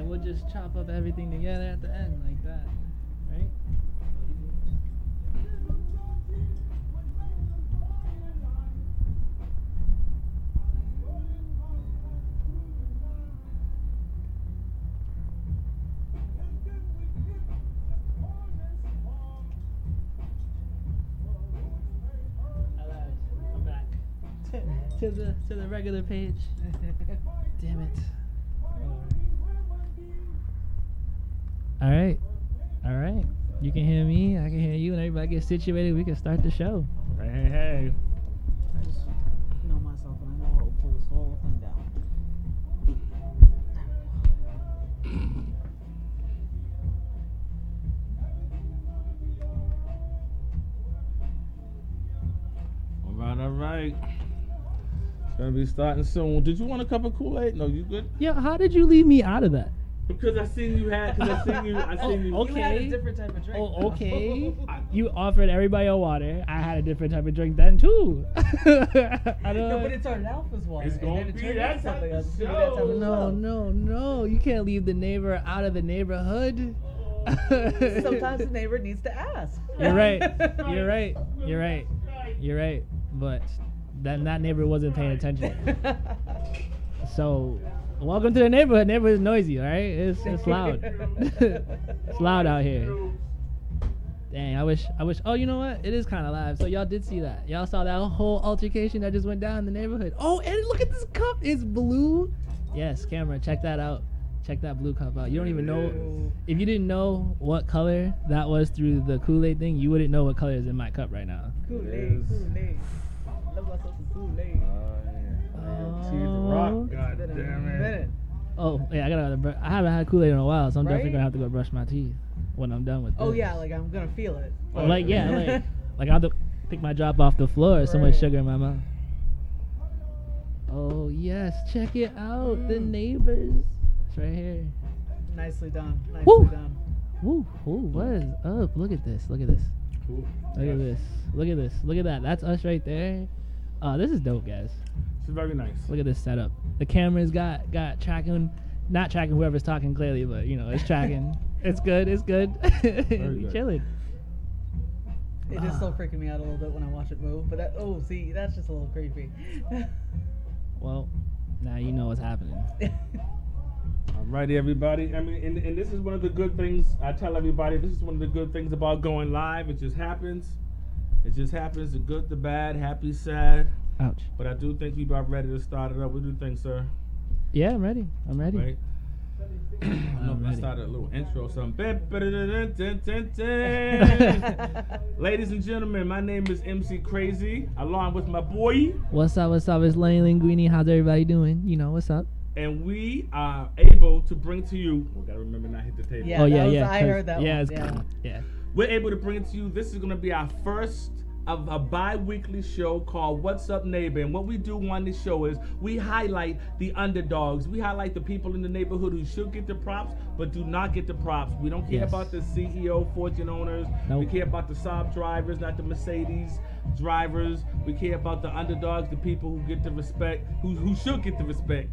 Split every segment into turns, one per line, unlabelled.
we'll just chop up everything together at the end like that, right? Alright, I'm back to the to the regular page. Damn it. All right, all right. You can hear me. I can hear you, and everybody gets situated. We can start the show.
Hey, hey, hey.
I just know myself and I know how to pull this whole thing down.
All right, all right. It's gonna be starting soon. Did you want a cup of Kool Aid? No, you good?
Yo, how did you leave me out of that?
Because I seen you had. Because I seen you. I
Oh,
seen you.
okay.
You had a different type of drink.
Oh, okay.
I-
You offered everybody a water. I had a different type of drink then too. I
no, but
don't.
it started out as water.
It's
and
gonna
then it
be
turned
that
into
type
something
of
else. It's
show.
gonna be that type of
No,
show.
no, no! You can't leave the neighbor out of the neighborhood.
Sometimes the neighbor needs to ask.
You're right. You're right. You're right. You're right. But that that neighbor wasn't paying attention. So, welcome to the neighborhood. Neighborhood is noisy, all right? It's it's loud. it's loud out
Oh,
here. Dang, I wish I wish. Oh, you know what? It is kind of live. So y'all did see that. Y'all saw that whole altercation that just went down in the neighborhood. Oh, and look at this cup. It's blue. Yes, camera, check that out. Check that blue cup out. You don't even know if you didn't know what color that was through the Kool-Aid thing, you wouldn't know what color is in my cup right now.
Kool-Aid,
Yes.
Kool-Aid. Love myself some Kool-Aid.
Oh, yeah. Cheese rock. God
Been a
damn it.
minute.
Oh, yeah, I got to br- I haven't had Kool-Aid in a while, so I'm definitely
Right?
going to have to go brush my teeth when I'm done with
Oh
this.
yeah, like I'm gonna feel it.
Oh,
like yeah, like like I have to pick my drop off the floor. So much
Right.
sugar in my mouth. Oh yes, check it out, the
Mm.
neighbors. It's right here.
Nicely done. Nicely
Woo.
done.
Woo, woo, what is up? Look at this. Look at this.
Cool.
Look
Yes.
at this. Look at this. Look at that. That's us right there. Uh, this is dope, guys.
It's very nice.
Look at this setup. The camera's got got tracking, not tracking whoever's talking clearly, but you know it's tracking. it's good. It's good. we
good.
chilling.
It is still
Ah.
freaking me out a little bit when I watch it move, but that, oh, see, that's just a little creepy.
Well, now you know what's happening.
Alrighty, everybody. I mean, and, and this is one of the good things I tell everybody. This is one of the good things about going live. It just happens. It just happens. The good, the bad, happy, sad.
Ouch.
But I do think you about ready to start it up. What do you think, sir?
Yeah, I'm ready. I'm ready.
Right? I don't know if I
ready.
started a little intro or something.
That's
Ladies and gentlemen, my name is MC Crazy, along with my boy,
What's up? What's up? It's Lenny Linguini. How's everybody doing? You know what's up?
and we are able to bring to you. We gotta remember not hit the table.
Yeah.
oh yeah,
that was-
yeah.
I
'cause-
heard that
Yeah,
one,
it's
yeah.
yeah.
We're able to bring to you. This is gonna be our first of a bi-weekly show called What's Up Neighbor. And what we do on this show is we highlight the underdogs. We highlight the people in the neighborhood who should get the props but do not get the props. We don't care
Yes.
about the CEO fortune owners. We
Nope.
care about the Saab drivers, not the Mercedes drivers. We care about the underdogs, the people who get the respect, who, who should get the respect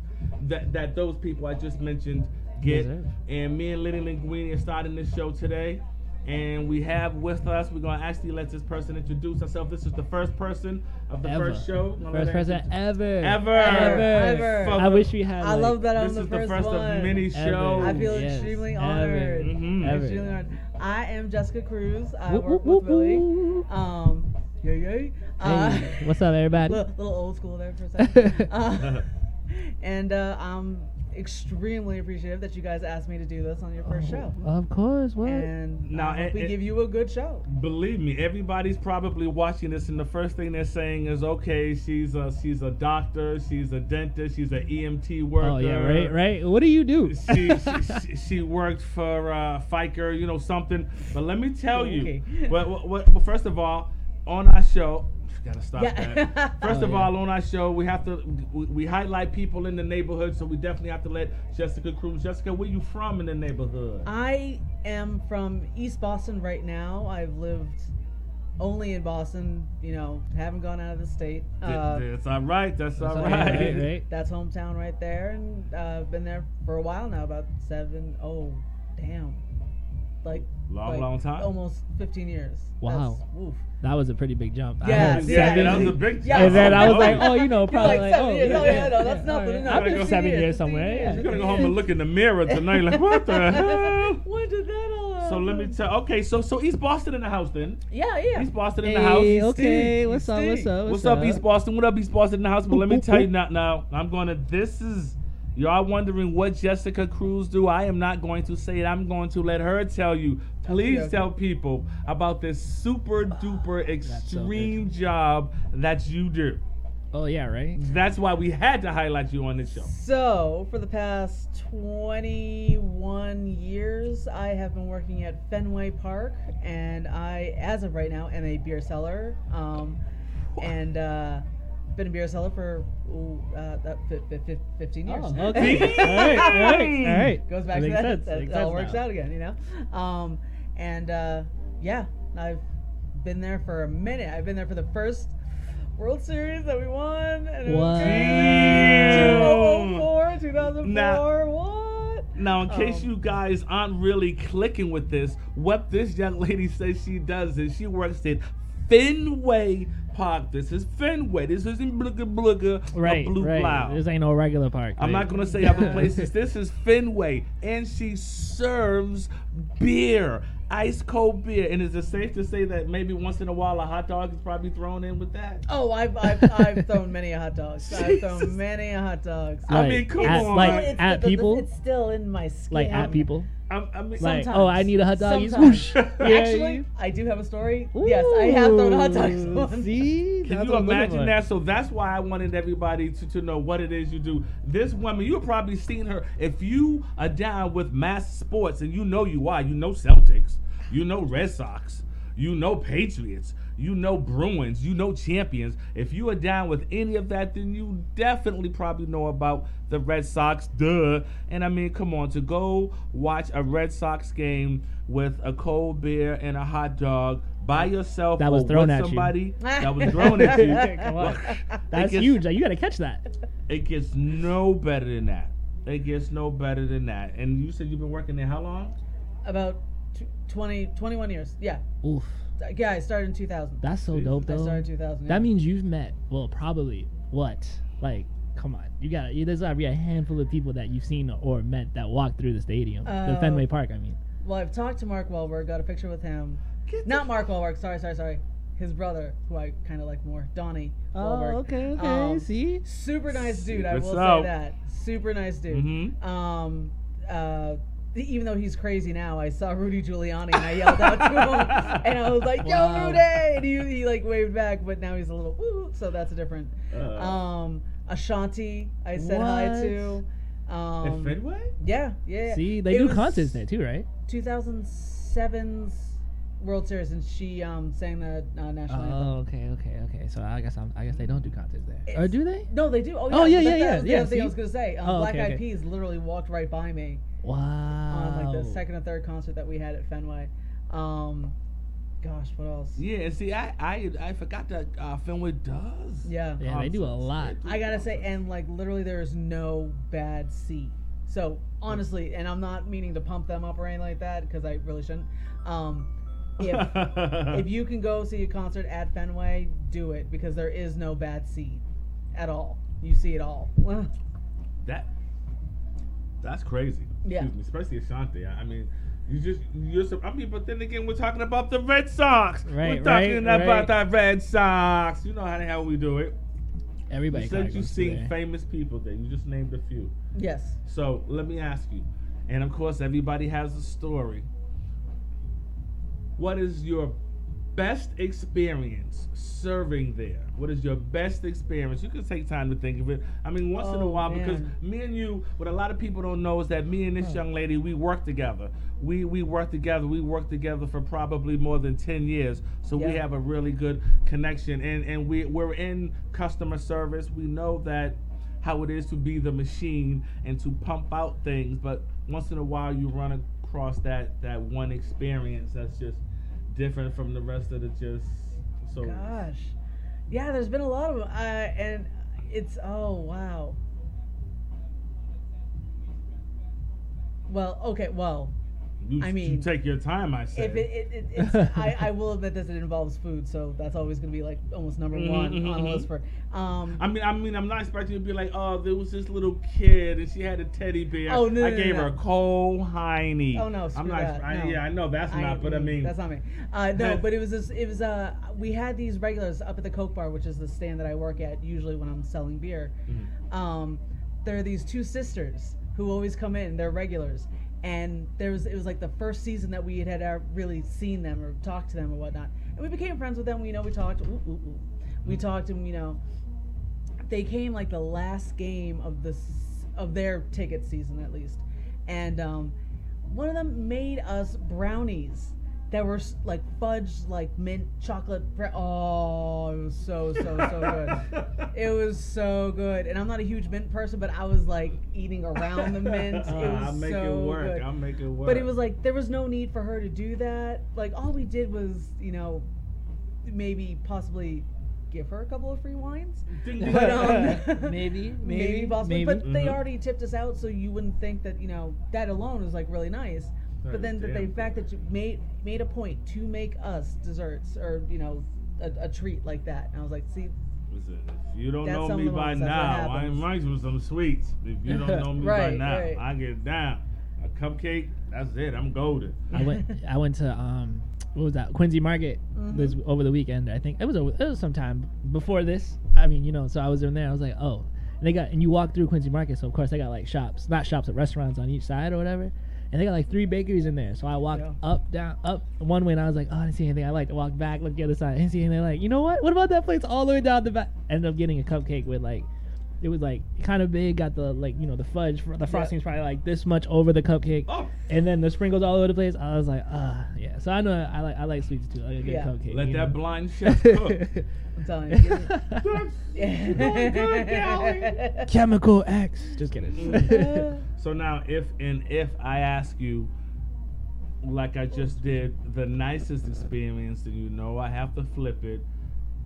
that, that those people I just mentioned get.
Deserve.
And me and Lenny Linguini are starting this show today. And we have with us, we're gonna actually let this person introduce herself. This is the first person of the
Ever.
first show. Gonna let
First
her
person
introduce-
ever.
Ever.
Ever.
Ever.
I wish we had.
I
like,
love that I'm
This
the
is
first,
the first
one.
of many
Ever.
shows.
I feel
Yes,
extremely
ever.
honored.
Mhm.
Ever.
Extremely honored. I am Jessica Cruz. I
Whoop, whoop,
work with
whoop,
Willie.
whoop.
Um, yay, yay. Uh,
Hey, what's up, everybody?
little, little old school there for a second. Uh, and uh, I'm extremely appreciative that you guys asked me to do this on your first show.
Of course. Uh, What?
And
Now,
I hope
it-
we
it-
give you a good show.
Believe me, everybody's probably watching this, and the first thing they're saying is, "Okay, she's a she's a doctor, she's a dentist, she's an EMT worker."
oh yeah. Right. Right. What do you do?
she, she- she she worked for uh, Fiker, you know something. But let me tell you,
Okay.
well, well, well, well, first of all, on our show, gotta stop
Yeah.
that. First
Oh,
of
yeah.
all, on our show, we have to we, we highlight people in the neighborhood, so we definitely have to let Jessica Cruz. Jessica, where you from in the
Uh,
neighborhood?
I am from East Boston right now. I've lived only in Boston. You know, haven't gone out of the state. Uh,
Th- that's all right. That's, all
all
right.
right, right.
That's hometown right there, and uh, been there for a while now, about seven oh damn, like
Long,
like
long time.
almost fifteen years.
Wow.
That's, oof.
That was a pretty big jump. I
Yes,
had
yeah,
Yeah,
seven-
that was a big.
Yeah.
and then I was
Oh,
like, oh, you know,
You're
probably
like
like,
seven
oh,
years.
yeah,
Oh, yeah, no,
yeah,
that's
all
nothing,
right.
no,
I've been
15
seven
years,
years
15
somewhere.
years.
yeah.
You're gonna go home and look in the mirror tonight, like what the hell?
When did that all?
So let me
happen?
tell. Okay, so so East Boston in the house then.
yeah, yeah.
East Boston in the house.
Hey,
Steve.
okay, what's up?
Steve.
What's up?
What's, up, East Boston? What up, East Boston in the house? But let me
Boop, boop,
tell you
boop.
now. Now I'm going to. This is y'all wondering what Jessica Cruz do. I am not going to say it. I'm going to let her tell you. Please
okay.
tell people about this super duper
so
extreme job that you do.
Oh yeah, right.
That's why we had to highlight you on this show.
So, for the past 21 years, I have been working at Fenway Park, and I, as of right now, am a beer seller. Um, and uh, been a beer seller for ooh, uh, that fi fi fi 15 years.
Oh, okay. all right, all right, all right.
Goes back to
makes
that.
sense,
that
makes
all
sense
works
now.
out again, you know? Um, and uh, yeah, I've been there for a minute. I've been there for the first World Series that we won. And it was
What?
Damn.
2004, 2004, what?
Now, in case
Oh.
Um,
you guys aren't really clicking with this, what this young lady says she does is she works at Fenway Park. This is Fenway. This isn't Blugga Blugga
Right,
or Blue
right.
Plow.
This ain't no regular park.
I'm not gonna say other places. This is Fenway, and she serves beer, ice cold beer. And is it safe to say that maybe once in a while a hot dog is probably thrown in with that?
Oh, I've, I've, I've thrown many a hot dogs. I've
Jesus.
thrown many a hot dogs.
I
Like,
mean, come
at,
on.
Like
It's
at people,
It's still in my skin.
like at people,
I'm, I mean,
like
Sometimes.
oh, I need a hot dog. You
Sometimes.
swoosh.
Actually, I do have a story. Yes, I have thrown hot dogs
Ooh,
once.
See,
Can you imagine that? So that's why I wanted everybody to, to know what it is you do. This woman, you've probably seen her. If you are down with mass sports, and you know you are, you know Celtics, you know Red Sox, you know Patriots, you know Bruins, you know champions. If you are down with any of that, then you definitely probably know about the Red Sox, duh. And I mean, come on, to go watch a Red Sox game with a cold beer and a hot dog by yourself
That was
or
thrown
with
at you.
somebody that was thrown at you.
Come on.
It
That's
gets-
huge. Like, you gotta catch that.
It gets no better than that. It gets no better than that. And you said you've been working there how long?
About tw- 20, 21 years. Yeah.
Oof,
Yeah, I started in 2000.
that's so
Jesus.
dope
I
though.
started 2000. yeah.
That means you've met well, probably what? Like, come on, you got to there's gotta be a handful of people that you've seen or met that walk through the stadium, the
Uh,
Fenway Park. I mean,
Well, I've talked to Mark Wahlberg, got a picture with him.
Get the-
Not Mark Wahlberg, sorry, sorry, sorry. His brother, who I kind of like more, Donnie Wahlberg. Um,
Oh, see, Mm-hmm.
Super nice dude, I
Super
will
so.
say that. Super nice dude.
Mhm.
Um, uh, even though he's crazy now, I saw Rudy Giuliani and I yelled out to him, and I was like, "Yo,
Wow.
Rudy!" And he, he like waved back, but now he's a little woo, so that's a different.
Uh,
Um, Ashanti, I said hi to.
at
Um,
Fenway?
yeah, yeah. yeah.
see, they
It
do
was
contests there too, right?
2007's World Series, and she um, sang the uh, national anthem.
Oh, okay, okay, okay. So I guess I'm, I guess they don't do contests there,
It's-
or do they?
No, they do. Oh, yeah,
Oh, yeah, yeah,
that- that
yeah,
was the
yeah,
other thing I
see?
was gonna say. Um,
Oh,
Black
okay,
Eyed
okay.
Peas literally walked right by me on
Wow.
like the second or third concert that we had at Fenway. Um, gosh, what else?
Yeah, and see, I I, I forgot that uh, Fenway does.
Yeah.
Yeah, they do a lot.
They do
I gotta say,
concerts.
and like literally, there is no bad seat. So honestly, and I'm not meaning to pump them up or anything like that because I really shouldn't. Um, if if you can go see a concert at Fenway, do it because there is no bad seat at all. You see it all.
that that's crazy.
Yeah.
Excuse me, especially Ashanti. I, I mean. You just, you're, so- I mean, but then again, we're talking about the Red Sox.
Right, right,
we're talking
right.
about the Red Sox. You know how the hell we do it.
Everybody.
You
kinda
said you've
goes through
seen
there.
famous people there. You just named a few.
yes.
So let me ask you, and of course everybody has a story. What is your best experience serving there? What is your best experience? You can take time to think of it. I mean, once in a
Oh,
while, because
man.
me and you, what a lot of people don't know is that me and
Hmm.
this young lady, we work together. We we work together. We work together for probably more than ten years. So we
Yeah.
have a really good connection, and and we we're in customer service. We know that how it is to be the machine and to pump out things, but once in a while you run across that that one experience that's just different from the rest of the just So
Gosh, yeah, there's been a lot of them, uh, and it's oh wow. Well, okay, well,
you,
I
you
mean,
take your time. I say.
if it, it, it it's, I, I will admit this, it involves food, so that's always going to be like almost number
Mhm,
one
mhm,
on the
mhm.
list for. Um,
I mean, I mean, I'm not expecting you to be like, oh, there was this little kid and she had a teddy bear.
Oh, no,
I
no, no,
gave
no.
her a cold hiney.
Oh, no,
I'm
screw
not.
that,
I,
no.
Yeah, I know that's not. But I
mm,
mean,
that's not me. Uh, no, but it was this, it was uh we had these regulars up at the Coke Bar, which is the stand that I work at usually when I'm selling beer.
Mhm.
Um, there are these two sisters who always come in. They're regulars, and there was it was like the first season that we had had uh, really seen them or talked to them or whatnot, and we became friends with them. We you know we talked, ooh, ooh, ooh.
Mm-hmm.
we talked, and you know they came like the last game of the s- of their ticket season at least, and um, one of them made us brownies that were s- like fudge like mint chocolate. Bre- oh, it was so so so good. It was so good, and I'm not a huge mint person, but I was like eating around the mint. It was
I'll make
so
it work.
good.
I'll make it work.
But it was like there was no need for her to do that. Like all we did was, you know, maybe possibly give her a couple of free wines.
Ding, ding,
But,
ding.
um,
Maybe, maybe, maybe.
possibly. But they
Mhm.
already tipped us out, so you wouldn't think that you know that alone is like really nice. But
That
then
is
the,
damn
the fact that you made made a point to make us desserts or you know a, a treat like that, and I was like, see,
Listen, if you don't
That's
know
some
me
of the
by
ones, that's
now,
what
I
happens.
invite you with some sweets. If you don't know me by
Right,
now,
right.
I get down. A cupcake, that's it. I'm golden.
I went. I went to um, what was that? Quincy Market this over the weekend. I think it was over, it was sometime before this. I mean, you know, so I was in there. I was like, oh, and they got and you walk through Quincy Market, so of course they got like shops, not shops, but restaurants on each side or whatever. And they got like three bakeries in there. So I walked
Yeah.
up, down, up one way, and I was like, oh, I didn't see anything. I like to walk back, look the other side, I didn't see anything. Like, you know what? What about that place all the way down the back? Ended up getting a cupcake with like. It was like kind of big, got the like you know the fudge, fr- the frosting's probably like this much over the cupcake.
Oh,
And then the sprinkles all over the place. I was like, ah, yeah. So I know I like I like sweets too. I like a good
Yeah.
cupcake.
let
you
that
know?
blind chef cook.
I'm telling you.
You're doing good, Callie.
Chemical X. Just kidding.
Mm.
So now, if and if I ask you, like I just did, the nicest experience, and you know I have to flip it.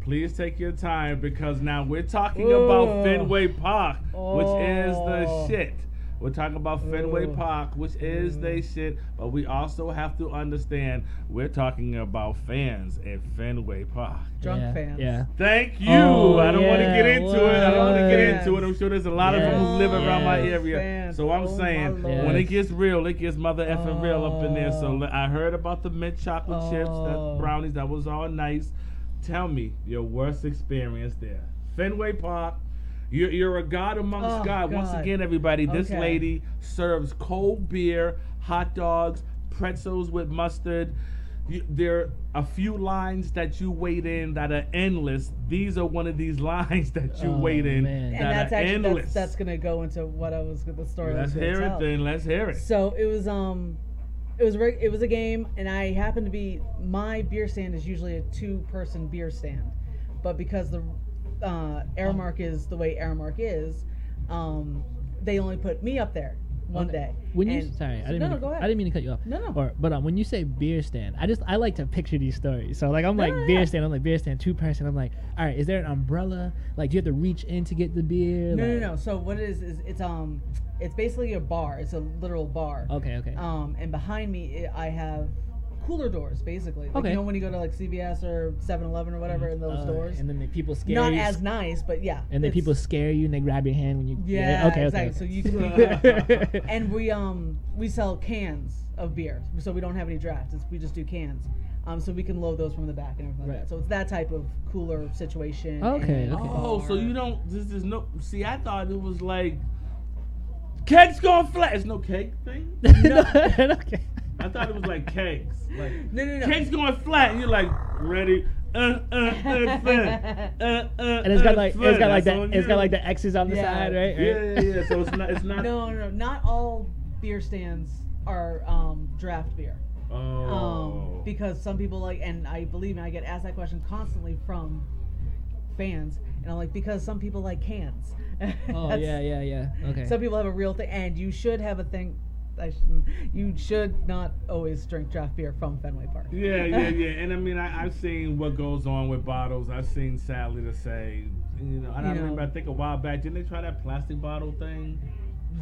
Please take your time because now we're talking about
Ooh.
Fenway Park, which is the
Oh.
shit. We're talking about Fenway
Ooh. Mm.
Park, which is they shit, but we also have to understand we're talking about fans at Fenway Park.
Drunk
yeah,
fans.
Yeah.
Thank you.
Oh,
I don't want to
yeah,
get into it. I don't want to get
what?
into it. I'm sure there's a lot of them who live around my
Yes.
area.
Yes.
So I'm
Oh,
saying,
my
Lord.
when it
Yes.
gets real, it gets mother effing real up in there. So
Oh.
le- I heard about the mint chocolate chips, that
Oh.
brownies, that was all nice. Tell me your worst experience there. Fenway Park. You're, you're a god amongst
Oh,
God. Once
God.
again, everybody, this
Okay.
lady serves cold beer, hot dogs, pretzels with mustard. You, there are a few lines that you wait in that are endless. These are one of these lines that you
Oh,
wait in
man.
that
and that's
are
actually
endless.
that's, that's gonna go into what I was the story. I
Let's
was gonna
hear it
tell.
then. Let's hear it.
So it was um, it was reg- it was a game, and I happened to be my beer stand is usually a two person beer stand, but because the uh, Aramark is the way Aramark is, um, they only put me up there one
Okay.
day.
When you
And-
sorry, I didn't
no,
mean
no,
to,
go ahead.
I didn't mean to cut you off.
No, no.
Or, but um, when you say beer stand, I just I like to picture these stories. So like I'm
No,
like
no,
beer
yeah.
stand, I'm like beer stand two person. I'm like, all right, is there an umbrella? Like, do you have to reach in to get the beer?
no, no,
Like-
no. So what it is is it's um, it's basically a bar. It's a literal bar.
Okay, okay.
Um, and behind me, i I have cooler doors, basically. Like,
Okay.
You know when you go to like CVS or 7-Eleven or whatever in those
Uh,
doors.
And then the people scare
Not
you.
as nice, but yeah.
and then
it's-
people scare you and they grab your hand when you.
Yeah,
okay, okay,
exactly.
okay.
So you can
can-
and we um we sell cans of beer, so we don't have any drafts. It's, we just do cans, um, so we can load those from the back and everything like
Right.
that. So it's that type of cooler situation.
Okay,
and
okay.
Oh, so
bar.
you don't? This is no. See, I thought it was like cakes gone flat. It's no cake thing.
no, okay.
I thought it was like cakes. Like
No, no, no.
cakes going flat, and you're like ready. Uh, uh, uh, flat, uh, uh,
And it's got
uh,
like
flat.
it's got like
That's
that
on
it's
you.
got like the X's on the
Yeah.
side, right?
Yeah,
Right?
yeah, yeah. So it's not. It's not.
No, no, no. Not all beer stands are um, draft beer.
Oh.
um, because some people like, and I believe me, I get asked that question constantly from fans, and I'm like, because some people like cans.
Oh
That's-
yeah, yeah, yeah. Okay.
Some people have a real thing, and you should have a thing. I shouldn't, you should not always drink draft beer from Fenway Park.
Yeah, yeah, yeah. And I mean, I, I've seen what goes on with bottles. I've seen Sally to say, you know, and I
You know.
remember I think a while back, didn't they try that plastic bottle thing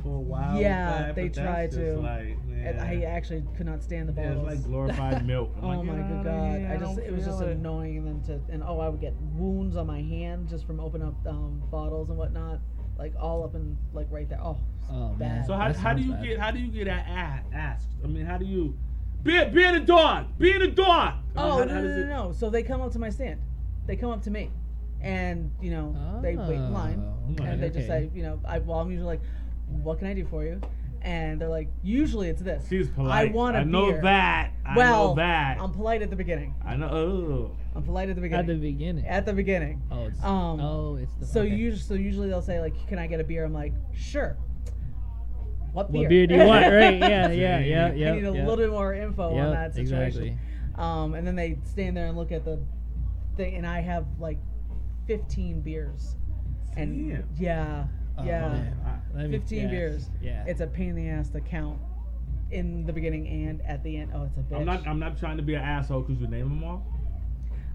for a while?
Yeah,
back?
they
But that's
tried
just
to.
Like,
And
yeah.
I actually could not stand the
Yeah, it's
bottles.
like glorified milk. I'm
oh
like,
my
"Get
good
outta
god!
here,
I just
don't
it was just
feel it."
annoying and then to and oh I would get wounds on my hand just from opening up um, bottles and whatnot, like all up and like right there. Oh, it's
Oh, man.
bad.
So how,
That
how do
sounds
you
bad.
get how do you get a- a- asked? I mean, how do you be be in a dog? Be in a dog. I mean,
Oh
how-
no,
how
no,
does
no,
it-
no! So they come up to my stand, they come up to me, and you know they wait in line,
Oh, okay,
and they just
okay.
say, you know, I well I'm usually like, what can I do for you? And they're like, usually it's this.
She's polite.
I want a
I know
beer.
that. I
well, um,
know that.
I'm polite at the beginning.
I know. Oh.
I'm polite at the
at the
beginning.
beginning.
At the beginning.
oh, it's
um,
oh, it's the
So
okay.
usually, so usually they'll say like, "Can I get a beer?" I'm like, "Sure." What beer?
what beer do you want? Right? Yeah, yeah, yeah,
I
yeah.
I need a
yeah.
little bit more info
Yep,
on that situation.
exactly.
Um, and then they stand there and look at the thing, and I have like 15 beers. And
Damn.
yeah,
Oh,
yeah,
man.
I-
Let me-
15
yeah,
beers.
Yeah.
It's a pain in the ass to count in the beginning and at the end. Oh, it's a bitch.
I'm not. I'm not trying to be an asshole because you name them all.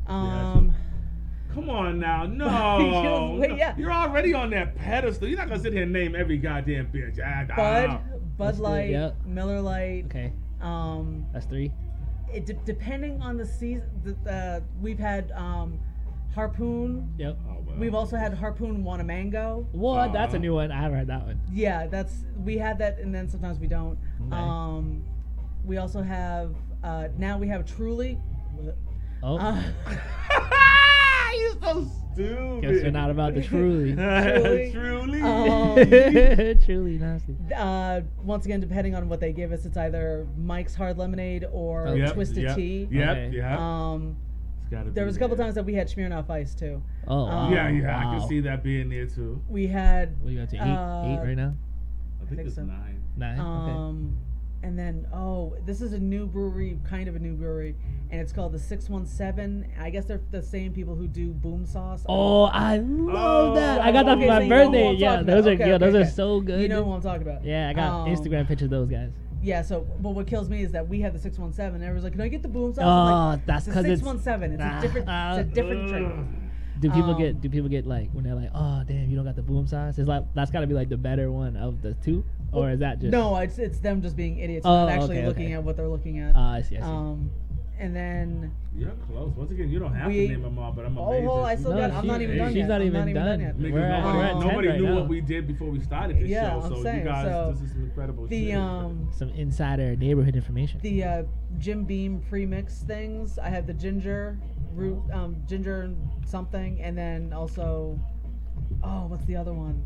um,
Come on now,
Because,
no.
wait, yeah.
You're already on that pedestal. You're not gonna sit here and name every goddamn bitch. Ah, I, I,
Bud,
Let's
Bud
do-
Light,
yep.
Miller Light.
okay.
Um,
That's three.
it de- depending on the season. The, uh, we've had um, Harpoon.
Yep.
oh, well.
We've also had Harpoon Wanna Mango.
Well, that's a
Uh,
new one. I haven't heard that one.
Yeah, that's we had that, and then sometimes we don't.
Okay.
Um, we also have uh, now we have Truly.
Oh,
Uh,
You're so stupid.
guess we're not about the truly.
Truly.
Truly. Um,
truly nasty.
uh, once again, depending on what they give us, it's either Mike's Hard Lemonade or
Yep,
Twisted
yep,
Tea.
Yep,
Okay.
yep.
Um,
It's gotta
there
be
was a couple
there.
times that we had Smirnoff Ice too.
Oh,
Um,
Yeah, yeah, I
wow.
can see that being there too.
We had
What are you about to eat?
Uh,
eat right now?
I think
think
it's
so.
nine.
Nine.
Um, and then oh, this is a new brewery, kind of a new brewery, and it's called the Six One Seven. I guess they're the same people who do Boom Sauce.
okay. Oh, I love
Oh,
that. I got that for
okay, so
my
you know who
birthday.
I'm
Yeah,
talking
those
about.
are
Okay,
yeah,
okay,
those are
okay.
so good.
You know who I'm talking about.
yeah, I got
Um,
Instagram pictures of those guys.
Yeah, so but what kills me is that we have the six one seven. Everyone's like, "Can I get the boom sauce?"
Oh,
I'm like,
that's 'cause it's-
six one seven. It's
Ah,
a different,
ah,
it's a different drink.
Ugh.
Do people get
um,
do people get like when they're like, oh damn, you don't got the boom sauce? It's like that's got to be like the better one of the two, or is that just
No, it's it's them just being idiots,
Oh,
not actually
okay,
looking
okay.
at what they're looking at.
Ah, I see, I see.
Um, and then
You're close. Once again, you don't have
We-
to name them all, but I'm
Oh,
amazed.
hold on,
that
I
you-
still got- I'm not even done
she's
yet.
not
I'm
even
not even
done.
done yet.
Because
We're at,
nobody,
we're at
um,
10
nobody
right
knew
now.
what we did before we started this
Yeah,
show.
I'm
So you
saying,
guys,
so
this is some incredible
the
shit.
um
Some insider neighborhood information.
the uh, Jim Beam premix things. I have the ginger root, um, ginger and something, and then also, oh, what's the other one?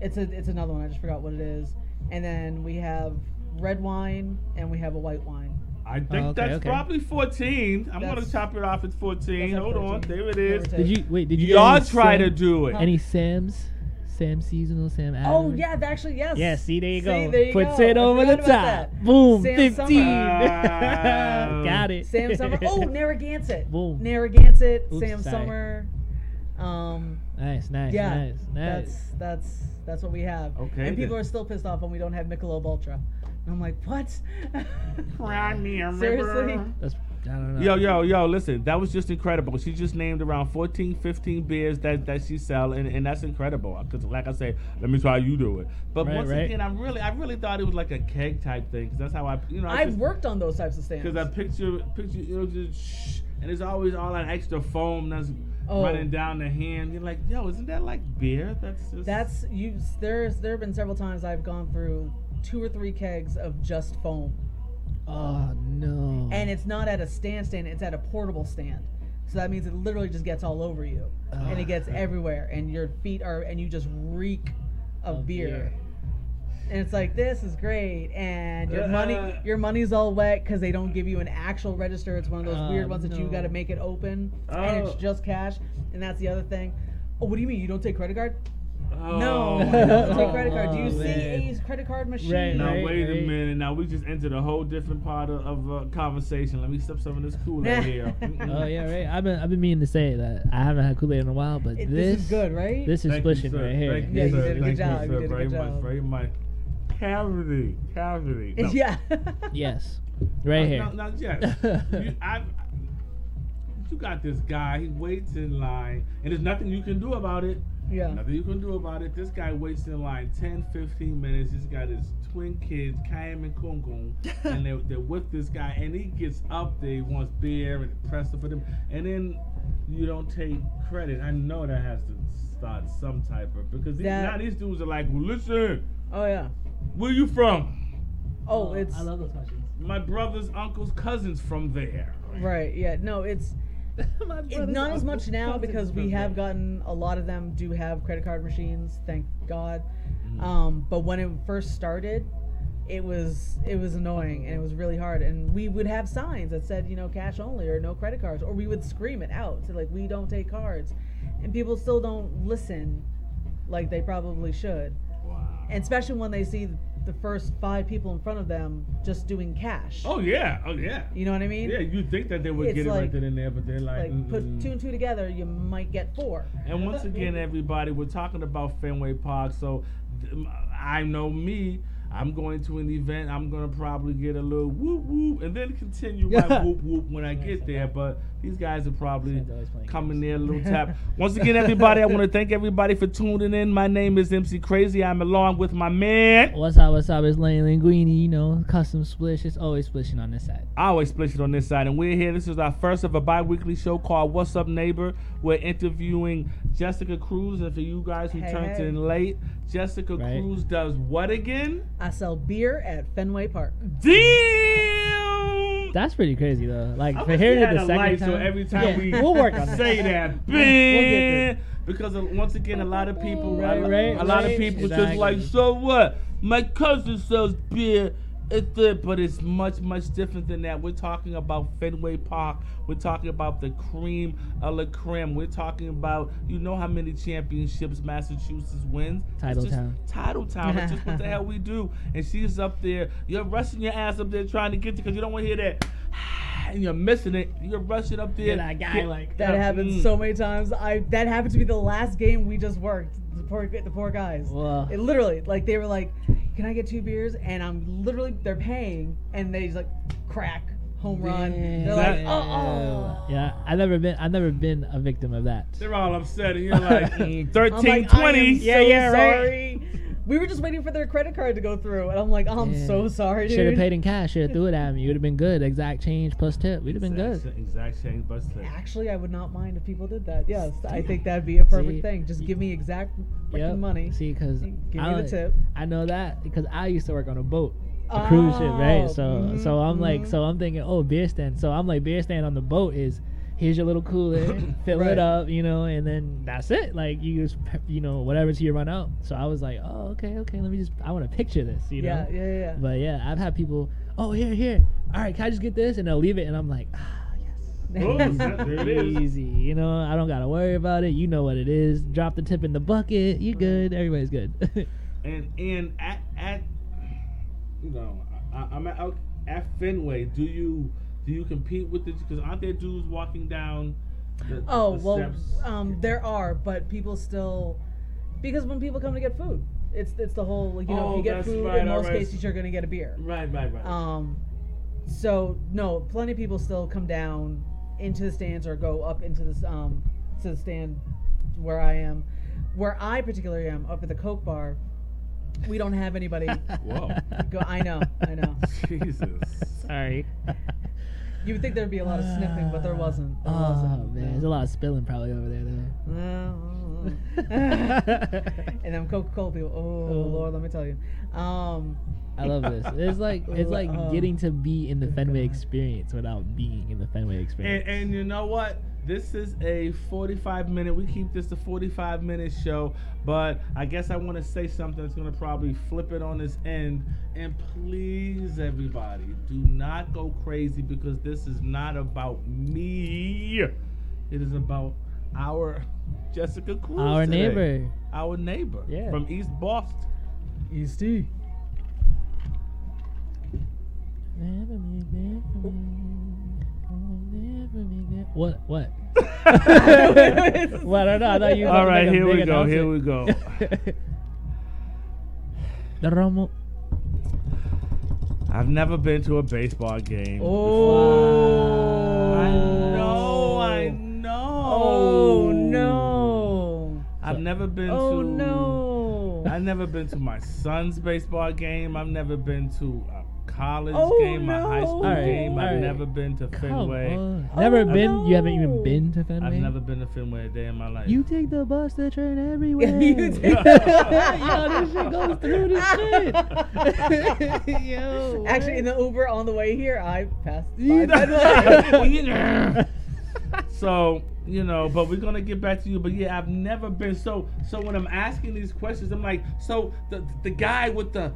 It's a it's another one. I just forgot what it is. And then we have red wine and we have a white wine.
I think
Oh, okay,
that's
okay.
probably 14. I'm gonna
That's-
chop it off at 14.
that's at
Hold on,
14.
there it
Give or
is.
take.
Did you wait? Did you get
Y'all
any
try to
Sam-
do it.
any Sam's, Sam seasonal, Sam.
Oh
Adams?
yeah, th- actually yes.
Yeah, see, there you
See,
go.
there you
Puts
go.
it
I
over the top.
forgot about that.
Boom,
Sam
15.
Summer.
Got it.
Sam Summer. Oh, Narragansett.
Boom.
Narragansett.
Oops,
Sam
sorry.
Summer. Um,
nice, nice,
yeah,
nice, nice.
that's that's that's what we have.
Okay,
And people
then.
are still pissed off when we don't have Michelob Ultra. And I'm like, what?
Cry me a
Seriously?
river.
That's, I don't know.
Yo, yo, yo, listen, that was just incredible. She just named around 14, 15 beers that, that she sell, and, and that's incredible. Because, like I say, let me try you do it. But
Right,
once
right.
again, I'm really, I really thought it was like a keg type thing, because that's how I, you know, I
I've worked on those types of stands.
Because I picture, picture, you know, just shh, and there's always all that extra foam that's
Oh.
running down the hand. You're like, yo, isn't that like beer? That's just.
That's you. There's there have been several times I've gone through two or three kegs of just foam,
Oh no.
and it's not at a stand stand. It's at a portable stand. So that means it literally just gets all over you, and it gets everywhere, and your feet are, and you just reek of,
Of
beer.
beer.
And it's like this is great, and your money,
Uh.
your money's all wet because they don't give you an actual register. It's one of those
Oh,
weird ones that you
no.
got to make it open, and
Oh.
it's just cash. And that's the other thing. Oh, what do you mean you don't take credit card?
Oh,
No,
my
I don't
God.
take credit card. Do you
Oh,
see
man.
a credit card machine?
Right,
Now
right.
wait a minute. Now we just entered a whole different part of, of uh, conversation. Let me sip some of this Kool Aid here. Mm-mm.
Oh yeah, right. I've been I've been meaning to say that I haven't had Kool Aid in a while, but
It-
this
this is good, right?
This is
Thank you,
splishing
sir.
right here.
Thank
Yeah,
you,
you
sir.
did a good
Thank
job.
You,
You
sir.
did a
very
good
much.
job.
Very much. Cavity, cavity. No.
Yeah.
Yes, right here.
Uh, No, no, yes. you, I, you got this guy. He waits in line, and there's nothing you can do about it.
yeah.
Nothing you can do about it. This guy waits in line 10, 15 minutes. He's got his twin kids, Kayam and Kung Kung, and they're, they're with this guy. And he gets up there, he wants beer and presser for them. And then you don't take credit. I know that has to start some type of because these,
That-
now these dudes are like, well, listen,
Oh yeah.
where you from?
Oh, it's
I love those questions.
My brother's uncle's cousin's from there.
right. Yeah. No, it's
My
it-
brother's
not as
uncle
much now
comes in
because we
from
have
there.
gotten a lot of them do have credit card machines, thank God.
Mhm.
Um, but when it first started, it was it was annoying and it was really hard. And we would have signs that said, you know, cash only or no credit cards, or we would scream it out, say like we don't take cards, and people still don't listen, like they probably should.
Wow.
And especially when they see the first five people in front of them just doing cash.
oh yeah, oh yeah.
You know what I mean?
Yeah, you think that they would
It's
get it
like-
right then and there, but they're like,
Like put
mm-mm.
two and two together, you might get four.
And once again, everybody, we're talking about Fenway Park. So th- I know me. I'm going to an event. I'm gonna probably get a little whoop whoop, and then continue my
Yeah.
whoop whoop when I get there. But these guys are probably
These guys are always playing
coming
games.
there a little tap. Once again, everybody, I want to thank everybody for tuning in. My name is MC Crazy. I'm along with my man.
What's up? What's up? It's Lane Linguini. You know, custom splish. It's always splishing on this side.
I always split it on this side, and we're here. This is our first of a bi-weekly show called "What's Up, Neighbor." We're interviewing Jessica Cruz, and for you guys who
Hey,
turned
hey.
in late, Jessica
Right.
Cruz does what again?
I sell beer at Fenway Park.
Damn!
That's pretty crazy though. Like
I
for
wish
hearing
we
it
had
the
a
second
light,
time.
so every time
Yeah,
we
we'll work on that.
say that,
We'll get
bitch, because uh, once again, a lot of people,
Right,
a, lo-
right,
a lot of
right.
people just
Exactly.
like, so what? My cousin sells beer. It's it, but it's much, much different than that. We're talking about Fenway Park. We're talking about the cream of la creme. We're talking about you know how many championships Massachusetts wins. It's
Title
just
town.
Title town. It's just what the hell we do. And she's up there. You're rushing your ass up there trying to get to because you don't want to hear that. And you're missing it. You're rushing up there.
You're that guy, like,
That
Yeah,
happened
mm.
so many times. I that happened to be the last game we just worked. The poor the poor guys.
Wow.
It literally like they were like, "Can I get two beers?" And I'm literally they're paying, and they just like crack home run. They're like,
That-
"Oh, oh."
Yeah, I've never been. I've never been a victim of that.
They're all upset. And you're like, mm,
I'm like, "I am
1320.
so Sorry. We were just waiting for their credit card to go through, and I'm like, "I'm
Yeah.
so sorry, dude."
Should have paid in cash. Should have threw it at me. You'd have been good. Exact change plus tip. We'd have been good.
Exact- Exact same bus thing.
Actually, I would not mind if people did that. Yes, I think that'd be a perfect
See,
thing. Just
y-
give me exact freaking
Yep.
money.
See, because
Give me
I,
the tip.
I know that because I used to work on a boat, a cruise ship, right?
Oh,
So,
mhm,
so I'm like,
mhm.
so I'm thinking, oh, beer stand. So I'm like, beer stand on the boat is, here's your little cooler, fill
Right.
it up, you know, and then that's it. Like you just, pe- you know, whatever's here run out. So I was like, oh, okay, okay. Let me just, I want to picture this, you
yeah,
know.
yeah, yeah, yeah.
But yeah, I've had people, oh, here, here. All right, can I just get this? And they'll leave it, and I'm like, ah, yes.
Oh, there it is.
Easy, you know. I don't gotta worry about it. You know what it is. Drop the tip in the bucket. You good? Everybody's good.
And and at at you know I, I'm at out- at Fenway. Do you do you compete with it? Because aren't there dudes walking down? The,
Oh
the
well,
steps?
um, there are, but people still because when people come to get food, it's it's the whole like, you know if
Oh,
you get
that's
food
right,
in most
alright.
cases you're gonna get a beer.
right, right, right.
Um, so no, plenty of people still come down into the stands or go up into this um to the stand where I am, where I particularly am up at the Coke bar. We don't have anybody.
Whoa.
Go- I know, I know.
Jesus.
Sorry.
You would think there'd be a lot of sniffing, but there wasn't. There
Oh
wasn't.
man, there's a lot of spilling probably over there though.
and them Coca-Cola people. Oh,
Oh.
Lord, let me tell you. Um,
I love this. It's like it's like
Oh,
getting to be in the Fenway
God.
experience without being in the Fenway
And,
experience.
and you know what? This is a 45 minute. We keep this a 45 minute show, but I guess I want to say something that's going to probably flip it on its end. And please, everybody, do not go crazy because this is not about me. It is about our Jessica Cruz,
Our
today.
neighbor.
our neighbor
Yeah.
from East Boston.
Easty.
Never be there
Oh.
for me. I'll never be there- What? What? Well, I don't know. I thought you. were
All
about to
right,
make a
here we
big
go. Here we
announcement.
go.
The Romo.
I've never been to a baseball game.
Oh.
I know, I know.
Oh no.
I've never been to.
Oh no.
I've never been to my son's baseball game. I've never been to a college
Oh,
game, a high
no.
school
All right,
game.
all
I've
right.
never been to
Come
Fenway.
on.
Oh,
Never been. You haven't
no.
even been to Fenway.
I've never been to Fenway a day in my life.
You take the bus, the train, everywhere.
You take-
Yo, this shit goes through this shit. Yo,
Actually, in the Uber on the way here, I passed.
You
by
know-
Fenway.
what?
So you know, but we're gonna get back to you. But yeah, I've never been so. So when I'm asking these questions, I'm like, so the the guy with the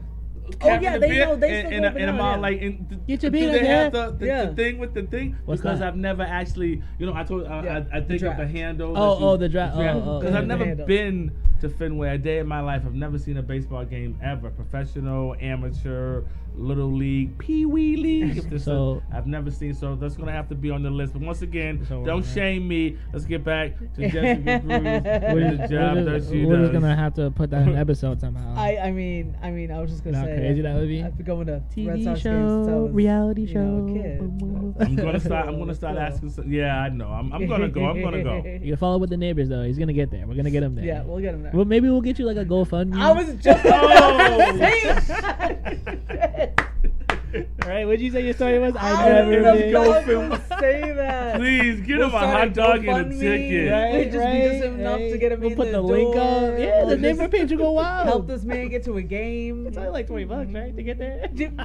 Oh,
cap in
yeah,
the
they
beard
know, they
and,
still
and,
go up
and
and
I'm
down,
all
yeah.
like, and th-
Get your
do
beard
they
up,
have
yeah.
the, the,
Yeah.
the thing with the thing?
What's
because
that?
I've never actually, you know, I told I,
Yeah,
I, I
the
think of the
draft.
handle.
Oh,
that you-
oh, the draft.
yeah,
Oh, oh,
Because I've
yeah.
never
Handle.
been to Fenway a day in my life. I've never seen a baseball game ever, professional, amateur, little league, pee wee league. If there's a-
So-
I've never seen, so that's gonna have to be on the list. But once again,
So,
don't
uh,
shame me. Let's get back to Jessica Cruz and the job
we're
that
just,
she
we're
does.
just gonna have to put that in an episode somehow.
I, I mean, I mean, I was just gonna
Not
say
crazy that would be.
I've been going to Red
TV
Sox games since I
show,
was,
reality
you
show.
know, a kid.
boom, boom, boom.
I'm gonna start. I'm gonna start asking. Some, yeah, I know. I'm, I'm gonna go. I'm gonna go.
You can follow with the neighbors though. He's gonna get there. We're gonna get him there.
Yeah, we'll get him there.
Well, maybe we'll get you like a GoFundMe.
I was just
Oh!
about to say it.
All right, what'd you say your story was?
I
never did.
was
been.
Go
about
film.
to say that.
Please get
We'll
him a
start
hot dog and a
GoFundMe.
ticket.
Right.
Right,
It'd just be
right,
just enough to
right.
get him
We'll
in
put
the
the, link
door.
up. Yeah, the
Just
neighbor page will go wild.
Help this man get to a game.
It's only like twenty bucks, right, to get there.
Ju-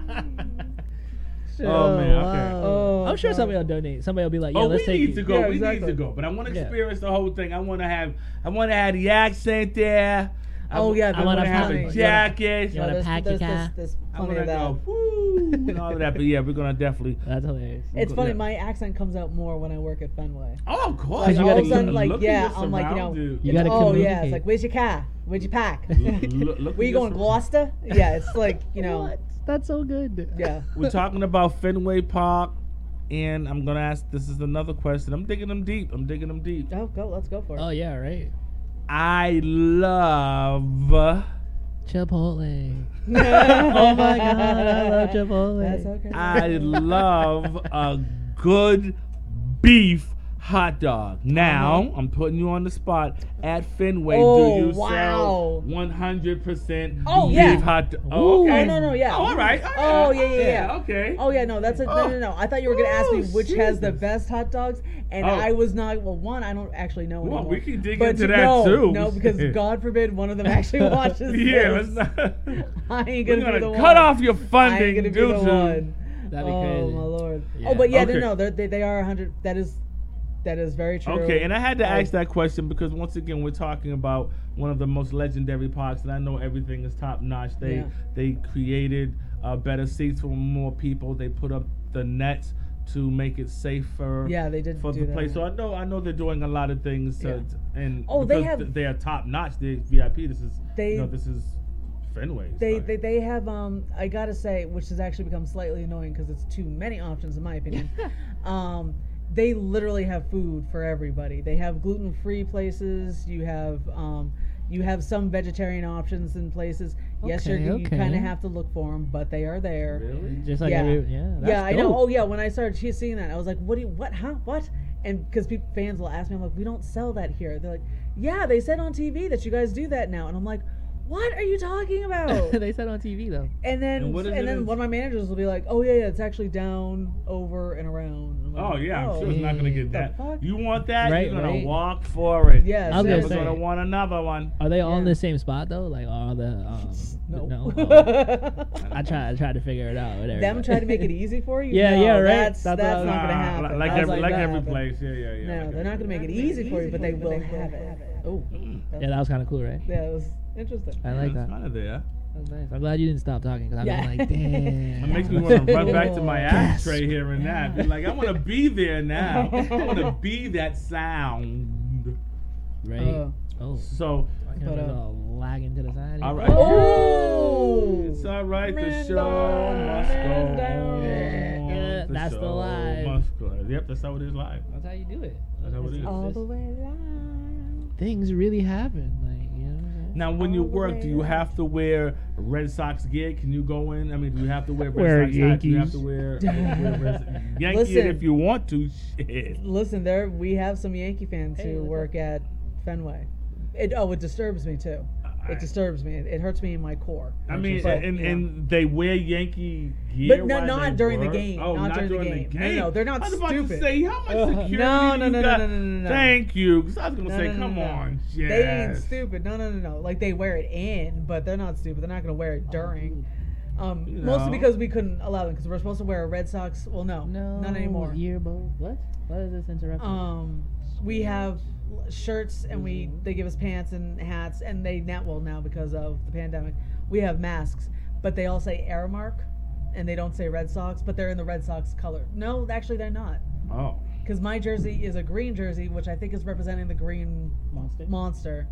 Oh, man, okay.
Oh,
uh, I'm sure
God.
somebody will donate. Somebody will be like, "Yo,
oh,
let's
we
take
need
you."
to go.
Yeah,
we
exactly.
need to go. But I want to
Yeah.
experience the whole thing. I want to have. I want to have the accent there. I
Oh,
w-
yeah,
I
the
want to
funny.
have
You
a
wanna-
jacket.
you wanna-
there's-
pack
there's-
your
there's-
car.
there's
I
plenty
want to
of that.
go. Woo! and all of that. But yeah, we're gonna definitely.
That's hilarious.
It's
Yeah.
funny. My accent comes out more when I work at Fenway.
Oh, of course.
Like,
I
all of a
was
sudden,
like,
look at
yeah,
your
I'm like, you know,
surroundings.
You gotta
oh yeah,
communicate.
it's like where's your car? Where'd you pack?
look- look
Were
at
you going
this-
Gloucester? Yeah, it's like you know.
What? That's so good.
Yeah.
We're talking about Fenway Park, and I'm gonna ask. This is another question. I'm digging them deep. I'm digging them deep.
Oh, go. Let's go for it.
Oh yeah, right.
I love.
Chipotle. oh my god, I love Chipotle.
That's okay.
I love a good beef hot dog. Now I'm putting you on the spot. At Fenway,
Uh-huh. Oh,
do you
wow.
sell 100 percent
Oh,
beef
yeah.
hot dog? Oh,
Ooh.
okay.
Oh, no, no, yeah.
Oh, all right.
Oh,
okay.
yeah, yeah, yeah.
Okay.
Oh yeah, no, that's a, no,
Oh.
no, no. I thought you were gonna ask me
Oh,
which has the
Jesus.
best hot dogs, and
Oh.
I was not. Well, one, I don't actually know
Well,
anymore.
we can dig
But
into that
no,
too.
No, because God forbid one of them actually watches.
Yeah,
this.
let's not.
I ain't
We're gonna
gonna, be the
cut
one.
off your
I ain't
funding
gonna be
due
the
to-
one.
That'd be
oh,
crazy.
my lord.
Yeah.
Oh, but yeah,
Okay.
no, no, they're- they they are 100. That is, that is very true.
Okay, and I had to
I-
ask that question because once again we're talking about one of the most legendary parks, and I know everything is top notch. They
Yeah.
they created uh, better seats for more people. They put up the nets to make it safer.
Yeah, they did
for
do
the
that,
place. So
yeah.
I know I know they're doing a lot of things. To, And
Oh, they
because
have-
th- they are top notch. They VIP. This is
They-
you know this is Fenway. It's
They,
like-
they they have um I gotta say which has actually become slightly annoying because it's too many options in my opinion. um, they literally have food for everybody. They have gluten free places. You have um you have some vegetarian options in places. Yes, you're,
Okay,
you
okay.
kind of have to look for them, but they are there.
really.
Just like
yeah,
every yeah. That's
yeah, I know.
dope.
Oh yeah, when I started che- seeing that, I was like, what? Do you, what? Huh? What? And because fans will ask me, I'm like, we don't sell that here. They're like, yeah, they said on TV that you guys do that now, and I'm like. What are you talking about?
they said on TV though.
And then
And
and,
what is it
then
is-
one of my managers will be like, "Oh yeah, yeah, it's actually down, over, and around." And I'm like,
Oh yeah, I'm
"Oh,
sure it's not gonna get
The
that.
fuck?
You want that?
Right,
You're gonna
right.
walk for it.
I
Yeah,
was
You're
gonna
never
say.
gonna want another one.
Are they all in
Yeah.
the same spot though? Like all the um,
No.
Oh. I tried. I tried to figure it out. Whatever.
Them trying to make it easy for you?
Yeah,
No,
yeah, right.
That's,
That's what
that's,
I was-
not gonna
Nah,
happen.
Ah, Like
I was
every, like
that
every
happened.
place. Yeah, yeah, yeah.
No,
like
they're
every
not gonna
place.
make it easy for you, but they will have it. Oh,
Yeah, that was kind of cool, right?
yeah, it was interesting.
I like
It's
that.
kinda there.
That was nice. I'm glad you didn't stop talking because I'm
Yeah.
like, damn.
It makes me want to run back to my
Gasp.
ashtray here and that. Be like, I want to be there now. I want to be that sound.
Right.
Uh,
oh.
So,
I can
but,
imagine
uh,
all lagging to the side.
all right.
Oh!
It's all right. The
Man
show
down,
must
man
go
down.
on.
Yeah, that's the
show
live.
must go on. Yep, that's how it is live.
That's how you do it.
That's how it is.
all the way around.
Things really happen. Like, you know.
Now, when you
all the
work,
way
do you
up.
have to wear Red Sox gear? Can you go in? I mean, do you have to wear Red
Wear
Sox hat? Do you have
Yankees.
to wear, wear Red Sox- Yankee
Listen.
it if you want to? Shit.
Listen, there we have some Yankee fans
Hey,
who
what's
work at Fenway. It oh, it disturbs me too. It disturbs me. It, it hurts me in my core.
I mean,
But,
and,
you know.
and they wear Yankee gear.
But no-
while
not
they
during the
work?
game.
Oh,
Not during the game. No, no, they're not
I was about to
stupid.
say, how much
Uh,
security do
no, no,
you
no, no,
got?
no, no, no, no.
Thank you. Because I was going to
No,
say,
no, no,
come
no, no.
on.
They ain't
yes.
stupid. No, no, no, no. Like they wear it in, but they're not stupid. They're not gonna
Oh,
wear it during. Um,
You know.
mostly because we couldn't allow them because we're supposed to wear a Red Sox. Well, no,
No,
not anymore.
Yearbook. What? What is this interruption?
Um, we have shirts and we they give us pants and hats and they now well now because of the pandemic we have masks but they all say Aramark and they don't say Red Sox but they're in the Red Sox color. No, actually they're not
Oh.
because my jersey is a green jersey which I think is representing the green
Monster.
monster.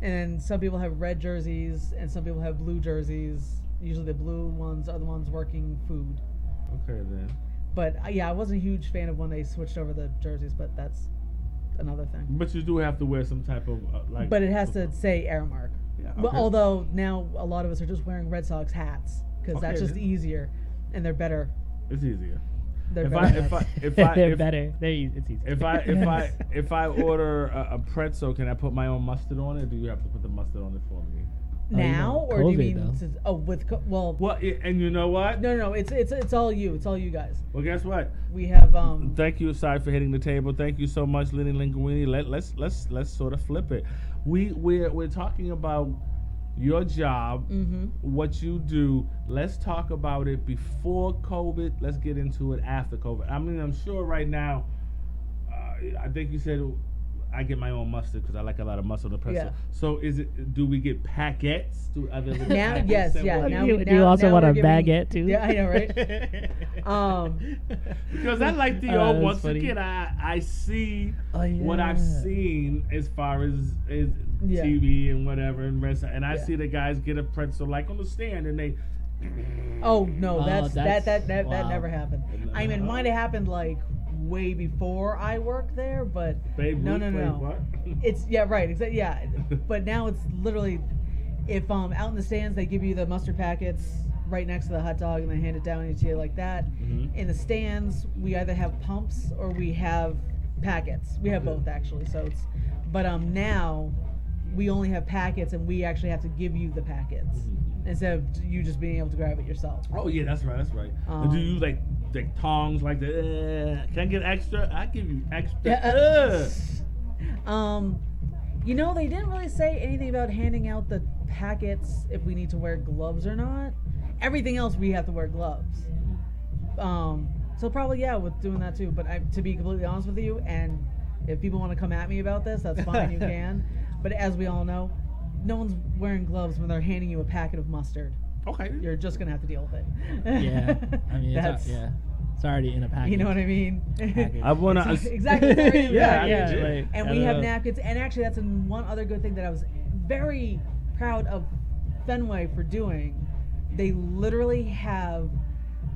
And some people have red jerseys and some people have blue jerseys. Usually the blue ones are the ones working food.
Okay, then.
But uh, yeah, I wasn't a huge fan of when they switched over the jerseys, but that's another thing.
But you do have to wear some type of, uh, like.
But it has to say Aramark.
Yeah,
Well,
okay.
although now a lot of us are just wearing Red Sox hats because that's
Okay,
just
then.
easier and they're better.
It's easier.
They're
If
better.
I, if I,
hats.
if I,
they're
if,
better. They're easy. It's easy.
If I if I if I order a, a pretzel, can I put my own mustard on it? Or do you have to put the mustard on it for me?
Oh, you mean
now or do you
COVID,
mean
though.
since- oh with co- well
Well, i- and you know what?
no no no it's it's it's all you it's all you guys
Well, guess what?
we have um
Thank you, aside for hitting the table. Thank you so much, Lenny Linguini. Let let's let's let's sort of flip it. We we're we're talking about your job,
hmm
what you do. Let's talk about it before COVID. Let's get into it after COVID. I mean, I'm sure right now. Uh, I think you said I get my own mustard because I like a lot of mustard on the pretzel.
Yeah.
So is it? Do we get packets? Do other little
Now-
packets
yes,
sent
yeah,
with
now
it?
you,
we-
do you
now-
also
now
want
we're
a
giving-
baguette too?
yeah I know right Um,
because I like the
Uh,
old.
that's
once
funny.
again, I I see
Oh,
what I've
yeah.
seen as far as as
Yeah.
TV and whatever and rest, and I
Yeah.
see the guys get a pretzel like on the stand and they.
Oh no,
Oh,
that's,
that's-
that that that, that
wow.
never happened. I mean, it might have happened like way before I worked there, but
Babe
no,
Ruth
no,
played
no.
what?
It's yeah, right, exactly, yeah. But now it's literally, if um out in the stands they give you the mustard packets right next to the hot dog and they hand it down to you like that.
Mhm.
In the stands, we either have pumps or we have packets. We have
Okay.
both actually. So it's, but um now, we only have packets and we actually have to give you the packets
Mhm.
instead of you just being able to grab it yourself.
Oh yeah, that's right, that's right. And do
Um,
you use like like tongs like the? Uh, can I get extra? I give you extra.
Yeah, uh, um, you know, they didn't really say anything about handing out the packets if we need to wear gloves or not. Everything else we have to wear gloves. Um, so probably yeah, with doing that too. But I, to be completely honest with you, and if people want to come at me about this, that's fine. you can. But as we all know, no one's wearing gloves when they're handing you a packet of mustard.
Ugh. Okay.
You're just gonna have to deal with it.
yeah. I mean, it's, al-
that's
yeah. It's already in a package.
You know what I mean?
Package.
I wanna
It's- exactly. it's already in the
yeah,
package.
yeah,
like-
and
I
we
don't
have
know.
napkins. And actually, that's an- one other good thing that I was very proud of Fenway for doing. They literally have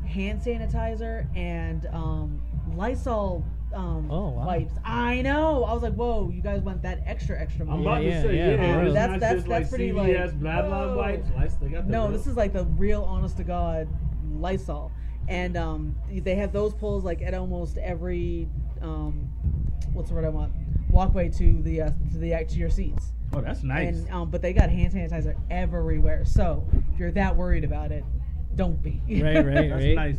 hand sanitizer and um, Lysol um,
Oh, wow.
wipes. I know. I was like, whoa, you guys went that extra extra
I'm
mile.
about
Yeah,
to say
yeah,
yeah.
yeah, that's-
it's not
that's-
just
that's
like
pretty, like,
CVS, blah blah
whoa.
wipes. Lice, they got the
No,
real-
this is like the real honest to God Lysol. And um, they have those poles like at almost every um, what's the word I want walkway to the uh, to the to your seats.
Oh, that's nice.
And um, but they got hand sanitizer everywhere. So if you're that worried about it, don't be.
Right, right,
That's
right.
nice.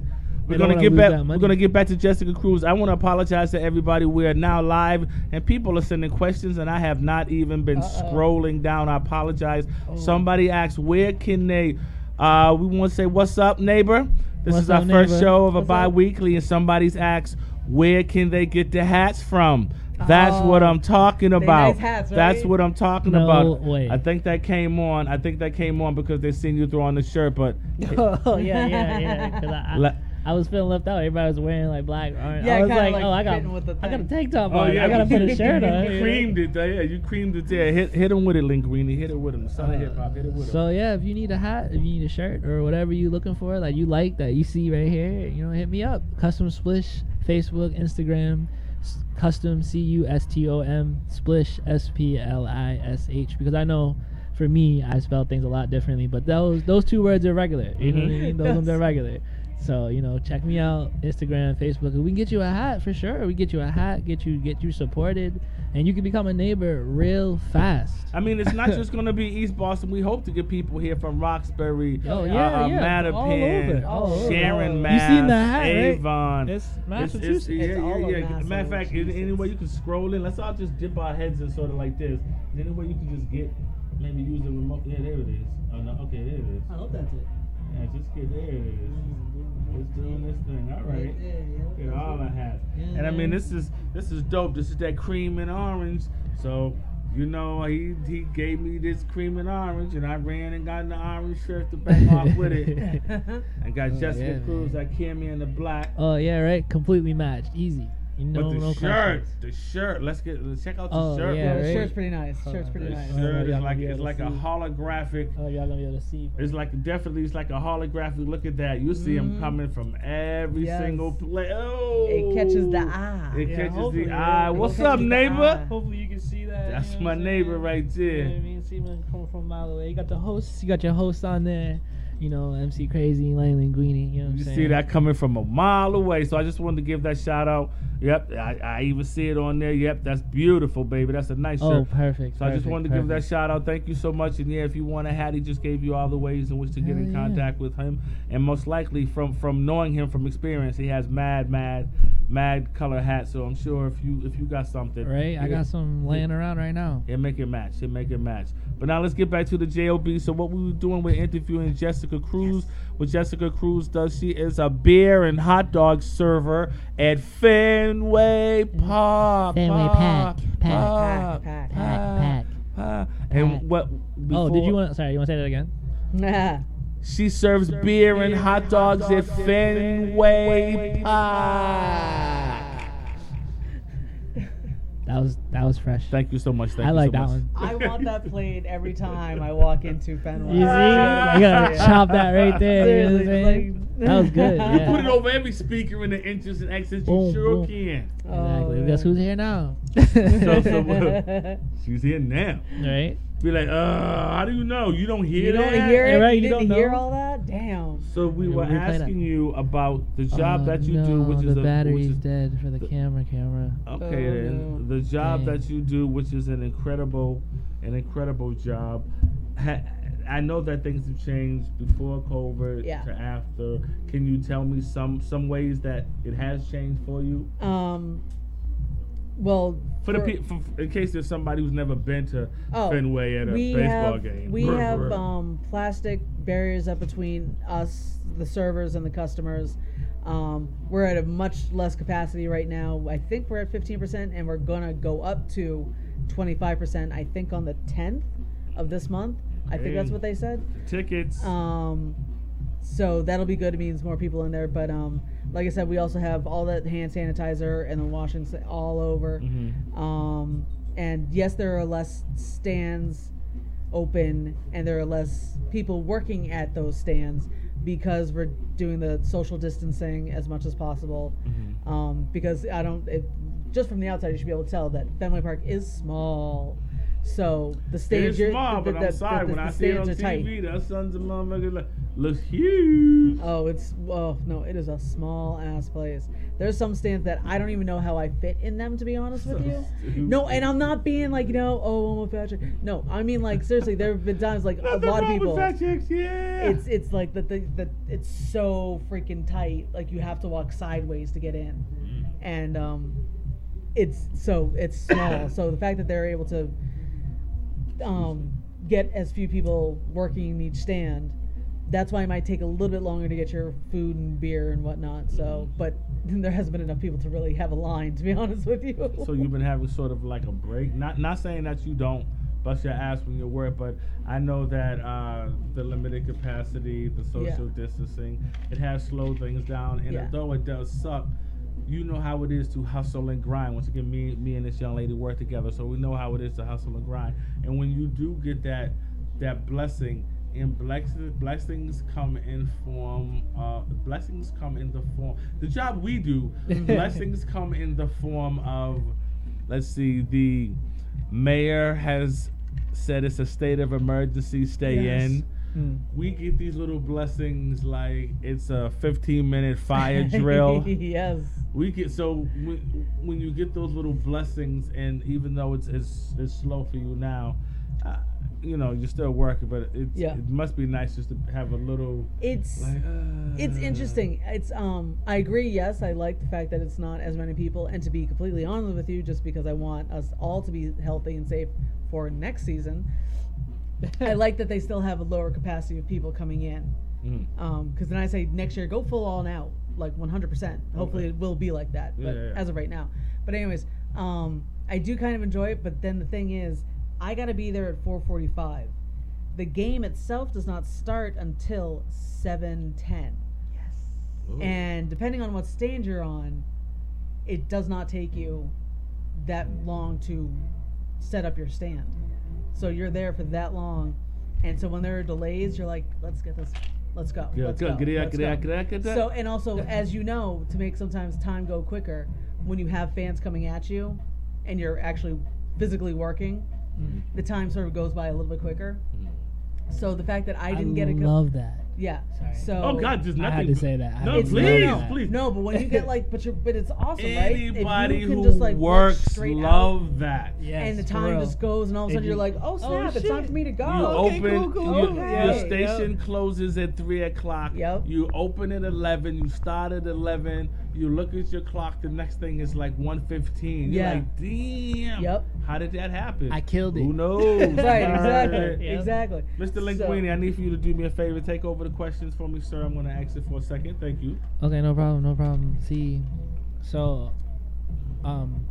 They
We're
don't
gonna
wanna
get
lose
back.
that
We're
money.
gonna get back to Jessica Cruz. I want to apologize to everybody. We are now live, and people are sending questions, and I have not even been
Uh-oh.
scrolling down. I apologize.
Oh.
Somebody asked, "Where can they?" Uh, we want to say, "What's up, neighbor?" This
What's
is our
up,
first
neighbor?
show of a
What's up?
bi-weekly, and somebody's asked, "Where can they get the hats from?" That's
Oh.
what I'm talking about.
nice hats,
That's
right?
what I'm talking
No
about.
way.
I think that came on. I think that came on because they seen you throwing the shirt, but
oh yeah, yeah, yeah. 'cause I, I,
La-
I was feeling left out. Everybody was wearing like black. Orange.
Yeah,
I was
kinda,
like,
like,
oh, I got,
fitting with the
I got a
thing.
tank top
Oh,
on. Oh, I gotta
but
put a
you-
shirt
you,
on.
You
yeah.
creamed it, though. yeah. You creamed it there. Hit hit him with it, Linguini. Hit it with him. Son of hip hop. Hit it with him.
Uh, So yeah, if you need a hat, if you need a shirt or whatever you looking for, like you like that you see right here, you know, hit me up. Custom Splish, Facebook, Instagram, s- custom C U S T O M Splish S P L I S H because I know for me, I spell things a lot differently. But those those two words are regular. You know what I
Mhm.
mean? Those ones
Yes.
are regular. So you know, check me out Instagram, Facebook. We can get you a hat for sure. We get you a hat. Get you get you supported, and you can become a neighbor real fast.
I mean, it's not just going to be East Boston. We hope to get people here from Roxbury,
Oh,
uh,
yeah,
uh,
yeah.
Mattapan,
All over, all over.
Sharon,
You
Mass,
seen the hat, right?
Avon.
It's
It's- it's-
Massachusetts.
yeah,
It's all
yeah,
of
yeah. Matter of fact, in, any
Massachusetts.
way you can scroll in, let's all just dip our heads in sort of like this. Is there Any way you can just get, maybe use the remote. Yeah, there it is. Oh, no, okay, there it is.
I hope that's it.
Yeah, just get there it is. It's doing this thing. All right. Get all I have. And I mean, this is this is dope. This is that cream and orange. So, you know, he he gave me this cream and orange, and I ran and got an orange shirt to back off with it. And got
Oh,
Jessica
yeah,
Cruz,
man.
I came in the black.
Oh yeah, right. Completely matched. Easy. You know,
but the
no
shirt,
questions.
the shirt. Let's get let's check out the
Oh,
shirt.
yeah,
Yeah, the
right?
shirt's pretty nice. Shirt's
on.
The
pretty nice.
Uh,
shirt
y'all
is
gonna
like
be
it's
able to
like a
see.
holographic.
Oh, y'all gonna be able to see. bro.
It's like definitely it's like a holographic. Look at that. You see him
Mhm.
coming from every
Yes.
single place. Oh,
It catches the eye.
It
Yeah,
catches
hopefully,
the
yeah.
eye.
It
What's
catches
up,
the
neighbor?
eye.
Hopefully you can see that. you
That's
know what
my
I'm saying?
neighbor right
You know what I
there.
mean? See me coming from a mile away.
You got the hosts. You got your hosts on there. You know, MC Crazy, Lane Linguini. You know what I'm
You
saying?
see that coming from a mile away. So I just wanted to give that shout out. Yep, I, I even see it on there. Yep, that's beautiful, baby. That's a nice
Oh,
shirt.
perfect.
So I just wanted to give that shout out. Thank you so much. And yeah, if you want a hat, he just gave you all the ways in which to get
Hell
in
yeah.
contact with him. And most likely from from knowing him from experience, he has mad, mad, mad color hats. So I'm sure if you if you got something,
Right, I
you-
got some laying around right now.
It make it match. It make it match. But now let's get back to the job. So what we were doing, we're interviewing Jessica Cruz. What Jessica Cruz does, she is a beer and hot dog server at Fenway Mm. Park.
Fenway Pack, Pack,
Park,
Pack, Pack,
Pack,
Pack. And
Pack.
what?
Oh, did you
before-
want? Sorry, you want to say that again?
Nah.
She serves beer and hot dogs at Fenway Park.
That was that was fresh.
Thank you so much. Thank
I
you
like
so
that
much.
one.
I want that played every time I walk into Fenway.
You see, you gotta chop that right there. You know what I'm
Seriously,
saying?
like-
that was good.
You
Yeah.
Put it over every speaker in the entrance and exits. You
Boom,
sure
boom.
can.
Exactly.
Oh,
Guess
yeah.
who's here now?
So- so what- She's here now.
right.
Be like, uh, how do you know? You don't hear
You don't
that?
hear
Yeah,
it?
right,
you,
you don't
didn't hear
know?
all that? Damn.
So we
Yeah,
were
replay that.
asking you about the job
Uh,
that you
no,
do, which is
the
a
battery's
which is,
dead for the camera. Camera.
Okay,
Oh,
then
no.
the job
Dang.
that you do, which is an incredible, an incredible job. Ha- I know that things have changed before COVID
Yeah.
to after. Can you tell me some some ways that it has changed for you?
Um. Well,
For the pe- for, in case there's somebody who's never been to
Oh,
Fenway at a
we
baseball
have,
game,
We
Brr,
have
brr.
um, plastic barriers up between us, the servers, and the customers. Um, we're at a much less capacity right now. I think we're at 15%, and we're going to go up to 25%, I think, on the 10th of this month. I think that's
Hey.
what they said.
tickets.
Um, so that'll be good. It means more people in there. But um, like I said, we also have all that hand sanitizer and the washing sa- all over.
Mhm.
Um, and yes, there are less stands open and there are less people working at those stands because we're doing the social distancing as much as possible.
Mm-hmm.
Um, because I don't, it, just from the outside, you should be able to tell that Fenway Park is small. So the
It
stage
is small, but I'm sorry when I see it on
stands are tight.
TV, that sons of motherfuckers like, looks huge.
Oh, it's oh no, it is a small ass place. There's some stands that I don't even know how I fit in them to be honest with
So
you.
stupid.
No, and I'm not being like you know, oh I'm a fat chick. No, I mean like seriously, there have been times like a
Nothing
lot
wrong
of
with
people.
fat chicks, yeah.
It's it's like that the, the it's so freaking tight, like you have to walk sideways to get in,
Mm.
and um, it's so it's small. so the fact that they're able to um, get as few people working in each stand. That's why it might take a little bit longer to get your food and beer and whatnot. So,
Mm-hmm.
but there hasn't been enough people to really have a line, to be honest with you.
So you've been having sort of like a break. Not not saying that you don't bust your ass when you work, but I know that uh, the limited capacity, the social distancing, it has slowed things down. And
Yeah.
although it does suck, you know how it is to hustle and grind. Once again, me me and this young lady work together, so we know how it is to hustle and grind. And when you do get that that blessing. And blessings, blessings come in form. Uh, blessings come in the form. The job we do,
Mm-hmm.
blessings come in the form of let's see the mayor has said it's a state of emergency. Stay
Yes.
in.
Hmm.
Mm.
We get these little blessings like it's a 15 minute fire drill.
yes.
We get so when, when you get those little blessings, and even though it's it's, it's slow for you now, uh, you know you're still working, but it's,
Yeah.
it must be nice just to have a little
It's
like. Uh,
it's interesting. It's um I agree, yes, I like the fact that it's not as many people and to be completely honest with you just because I want us all to be healthy and safe for next season. I like that they still have a lower capacity of people coming in.
Mm.
Um, 'cause because then I say next year go full all out, like 100%. Hopefully
Okay.
it will be like that, but
Yeah, yeah, yeah.
as of right now. But anyways, um, I do kind of enjoy it. But then the thing is, I gotta be there at 4:45. The game itself does not start until 7:10,
Ooh.
and depending on what stand you're on, it does not take you that long to set up your stand. So you're there for that long, and so when there are delays, you're like, let's get this, let's go,
Yeah,
let's
go,
go,
get it out,
let's
get it out,
go."
get it out, get it out.
So and also, as you know, to make sometimes time go quicker, when you have fans coming at you, and you're actually physically working,
Mm-hmm.
the time sort of goes by a little bit quicker.
Mm.
So the fact that I didn't get a go-
love that.
yeah.
Sorry.
So
Oh God, just
I had
nothing.
to say that. I
No,
had to
please,
say that.
please.
No, but when you get like, but you're, but it's awesome, right? If you
Anybody
can
who
just, like, work
works
straight out,
love that.
Yes,
and the
for
time
real.
just goes, and all of a
If
sudden you're
you-
like, oh
Oh,
snap, it's time
shit.
for me to go.
You
Okay,
open
cool, cool,
your,
okay.
your
Yep.
station closes at three o'clock.
Yep.
You open at eleven. You start at eleven. You look at your clock. The next thing is like one fifteen. You're
Yeah.
like, damn.
Yep.
How did that happen?
I killed it.
Who knows?
right,
All
exactly,
Yeah.
exactly.
Mr.
So-
Linguini, I need for you to do me a favor. Take over the questions for me, sir. I'm going to ask it for a second. Thank you.
Okay, no problem, no problem. See, so, um,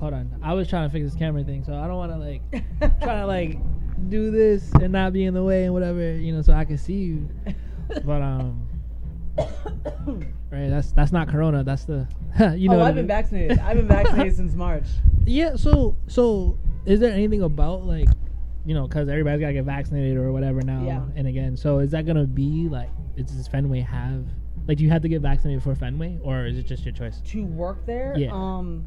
hold on. I was trying to fix this camera thing, so I don't want to like trying to like do this and not be in the way and whatever, you know, so I can see you. But um,
Oh,
right, that's that's not Corona. That's the you know.
oh,
what I
I've been
mean.
vaccinated. I've been vaccinated since March.
Yeah. So so is there anything about like you know because everybody's gotta get vaccinated or whatever now
Yeah.
and again. So is that gonna be like is does Fenway have like do you have to get vaccinated for Fenway or is it just your choice?
to work there.
Yeah.
Um,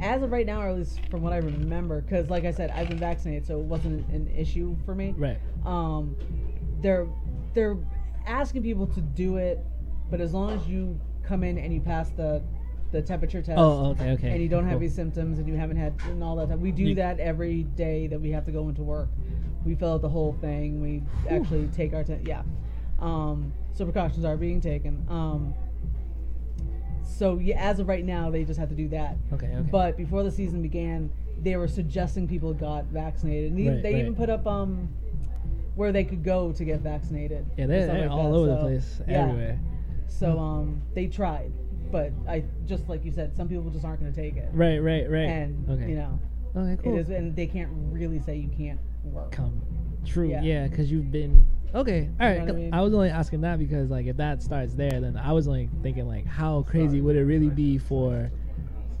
as of right now, or at least from what I remember, because like I said, I've been vaccinated, so it wasn't an issue for me.
Right.
Um, they're they're asking people to do it, but as long as you come in and you pass the the temperature test.
Oh, okay, okay.
And you don't have
cool.
any symptoms, and you haven't had, and all that. Time. We do
You-
that every day that we have to go into work. We fill out the whole thing. We actually take our, te- yeah. Um, so precautions are being taken. Um, so yeah, as of right now, they just have to do that.
Okay, okay.
But before the season began, they were suggesting people got vaccinated, and even
Right,
they
right.
even put up um where they could go to get vaccinated.
yeah,
and
they're,
stuff
they're
like
all
that.
over the
So,
place,
yeah.
everywhere.
So um, they tried, but I just like you said, some people just aren't going to take it,
Right, right, right.
and
okay.
you know
okay, cool.
it is, and they can't really say you can't work.
come true.
Yeah.
Yeah, because you've been okay. All right.
know what I
c-
mean?
I, was only asking that because like if that starts there, then I was only thinking like how crazy would it really be for.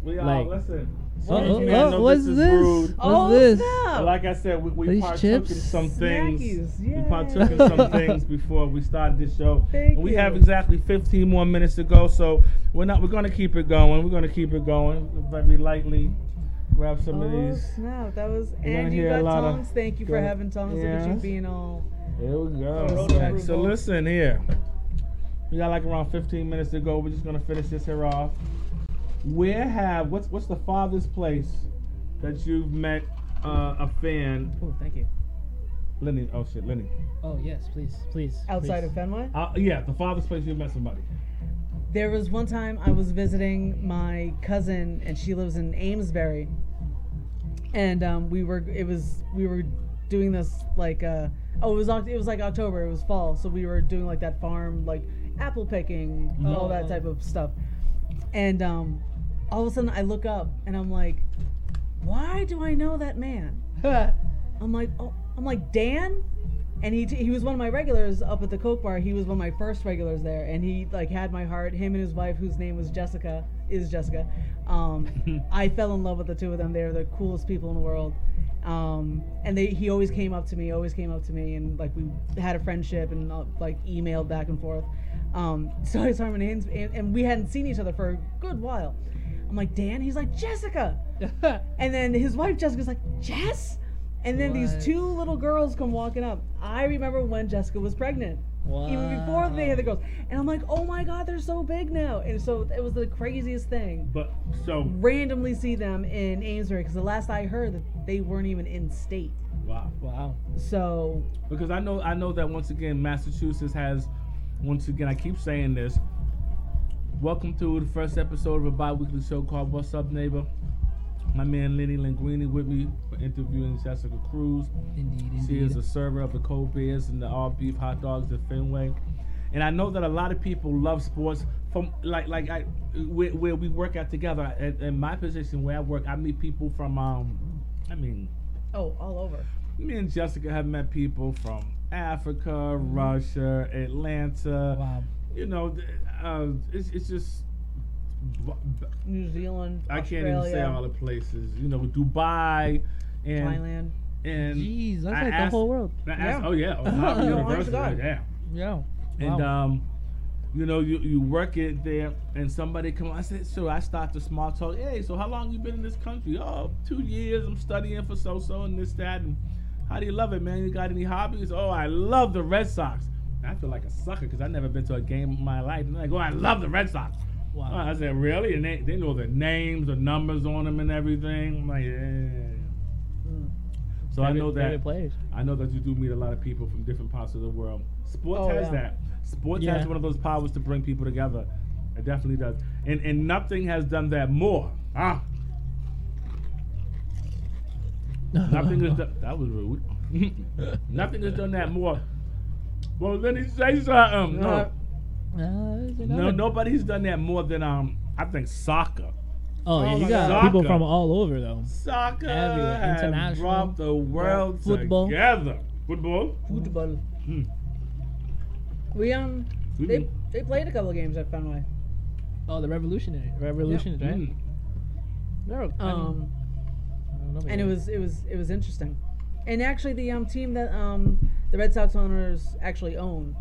We all
Like-
listen.
Oh,
Yes,
oh,
man, I
oh,
know
what's
is
this? What's
rude.
Oh,
this?
snap.
Like I said, we, we
These
partook in
chips?
some things.
Snackies,
We
yay.
partook in some things before we started this show.
Thank
we
you.
have exactly 15 more minutes to go, so we're not. We're gonna keep it going. We're gonna keep it going very lightly. Grab some of
Oh
these.
snap! That was
You're gonna
and you
hear a
got
lot of-
tongs. Thank you for
Good.
having tongs. Look at you
Yes.
being all.
Here we go.
Oh, road
Alright, so
approval.
listen here. We got like around 15 minutes to go. We're just gonna finish this here off. Where have what's what's the farthest place that you've met uh, a fan?
Oh, thank you.
Lenny, oh shit, Lenny.
Oh yes, please, please.
Outside
please.
of Fenway.
Uh, yeah, the farthest place you've met somebody.
There was one time I was visiting my cousin, and she lives in Amesbury, and um, we were it was we were doing this like uh, oh it was Oct- it was like October it was fall so we were doing like that farm like apple picking all that
Oh.
type of stuff, and um, all of a sudden I look up and I'm like, why do I know that man? I'm like, oh, I'm like Dan, and he t- he was one of my regulars up at the Coke Bar. He was one of my first regulars there, and he like had my heart. Him and his wife, whose name was Jessica, is Jessica. Um, I fell in love with the two of them. They're the coolest people in the world. Um, and they he always came up to me, always came up to me, and like we had a friendship and uh, like emailed back and forth. Um, so I saw him in Ames- and, and we hadn't seen each other for a good while. I'm like Dan. He's like Jessica. And then his wife Jessica's like, Jess? And then
What?
these two little girls come walking up. I remember when Jessica was pregnant. Even before they had the girls. And I'm like, oh my God, they're so big now. And so it was the craziest thing.
But so
Randomly see them in Amesbury because the last I heard that they weren't even in state.
wow.
Wow.
So
because I know I know that once again Massachusetts has once again I keep saying this. Welcome to the first episode of a bi-weekly show called What's Up Neighbor. My man Lenny Linguini with me for interviewing Jessica Cruz.
Indeed,
She is a server of the cold beers and the all beef hot dogs at Fenway. And I know that a lot of people love sports from like like I where, where we work at together. At, in my position where I work, I meet people from um I mean
oh, all over.
me and Jessica have met people from Africa,
Mm-hmm.
Russia, Atlanta.
Wow.
You know, th- uh, it's, it's just. b- b-
New Zealand.
I can't
Australia,
even say all the places. You know, Dubai and
Thailand.
and
Jeez, that's
I
like the
asked-
whole world.
I asked-
Yeah.
Oh yeah, Ohio
No, honest
University.
to God.
Yeah.
Yeah.
And
Wow.
um, you know, you, you work it there, and somebody come. I said, so I start the small talk. Hey, so how long you been in this country? Oh, two years. I'm studying for so so and this that. And how do you love it, man? You got any hobbies? Oh, I love the Red Sox. I feel like a sucker because I've never been to a game in my life. And they're like, oh, I love the Red Sox.
Wow.
Oh, I said, really? And they, they know the names, the numbers on them, and everything. I'm like, yeah.
Mm.
So I know
Favorite-
that.
favorite players.
I know that you do meet a lot of people from different parts of the world. Sports
Oh,
has
yeah.
that. Sports
Yeah.
has one of those powers to bring people together. It definitely does. And and nothing has done that more. Ah. Nothing has done that was rude. nothing has done that more. Well then he say something.
Uh,
No. No nobody's done that more than um I think soccer.
Oh, yeah,
Oh
you
my
got
God.
people
Soccer.
from all over though.
Soccer
Everywhere.
has
International.
brought the world
Football.
together. Football.
Football.
Hmm.
We um
We've
they
been-
they played a couple of games at Fenway.
Oh, the revolutionary, revolutionaries, right?
Mm.
They're- I
Um
don't know about
and it
that.
was it was it was interesting. And actually, the um, team that um, the Red Sox owners actually own,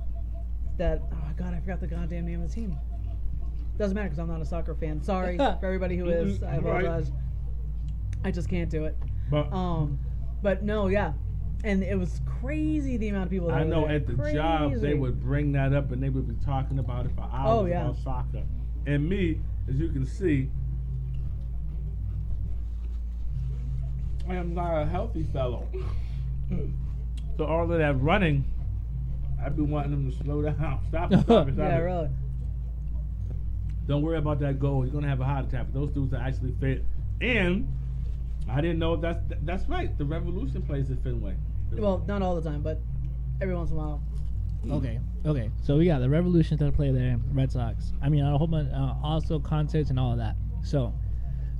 that oh god, I forgot the goddamn name of the team. Doesn't matter because I'm not a soccer fan. Sorry for everybody who is. I
Mhm, right.
apologize. I just can't do it.
But
Um, but no, yeah, and it was crazy the amount of people. That
I
were
know
there.
at the job they
Crazy.
would bring that up and they would be talking about it for hours
Oh, yeah.
about soccer. And me, as you can see, I am not a healthy fellow. so all of that running, I'd be wanting them to slow down. Stop it, stop it, stop
Yeah,
it.
really.
Don't worry about that goal. You're gonna have a heart attack. But those dudes are actually fit. And I didn't know that's that's right. The Revolution plays at Fenway.
Well, not all the time, but every once in a while.
Mm.
Okay. Okay. So we got the Revolution that play there, Red Sox. I mean, a whole bunch, uh, also concerts and all that. So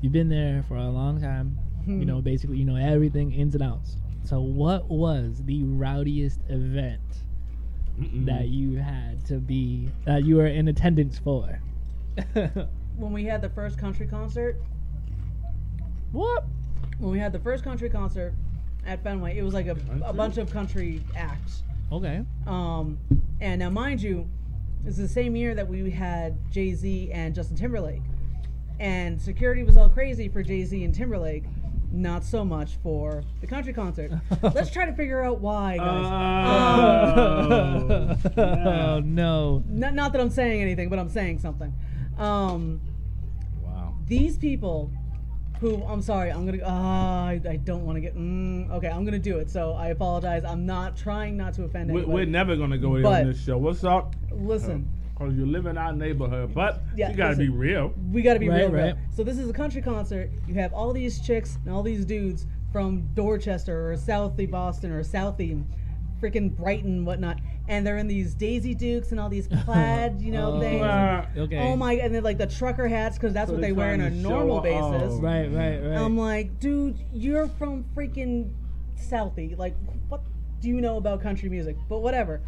you've been there for a long time.
Hmm.
You know, basically, you know everything ins and outs. So what was the rowdiest event
Mm-mm.
that you had to be that you were in attendance for?
When we had the first country concert,
what?
when we had the first country concert at Fenway, it was like a, a
Country?
bunch of country acts.
Okay.
Um, and now, mind you, it's the same year that we had Jay Z and Justin Timberlake. And security was all crazy for Jay Z and Timberlake, not so much for the country concert. Let's try to figure out why,
Uh.
guys. Um,
oh
Oh, snap.
no.
not, not that I'm saying anything, but I'm saying something. Um,
Wow.
these people who I'm sorry, I'm gonna. ah, I, I don't want to get. Mm, okay, I'm gonna do it. So I apologize. I'm not trying not to offend
We,
anybody.
we're never gonna go there on
But-
this show. What's up?
Listen,
Because you live in our neighborhood, but
Yeah,
you gotta be
listen.
real.
we gotta be
Right,
real, real.
right.
So this is a country concert. You have all these chicks and all these dudes from Dorchester or Southie Boston or Southie, freaking Brighton, whatnot, and they're in these Daisy Dukes and all these plaid, you know,
Oh,
things.
Wow.
Okay.
Oh my! And then like the trucker hats because that's
So
what
they're
they wear on a
trying to show
normal
off.
basis.
Right. Right. Right.
I'm like, dude, you're from freaking Southie. Like, what do you know about country music? But whatever.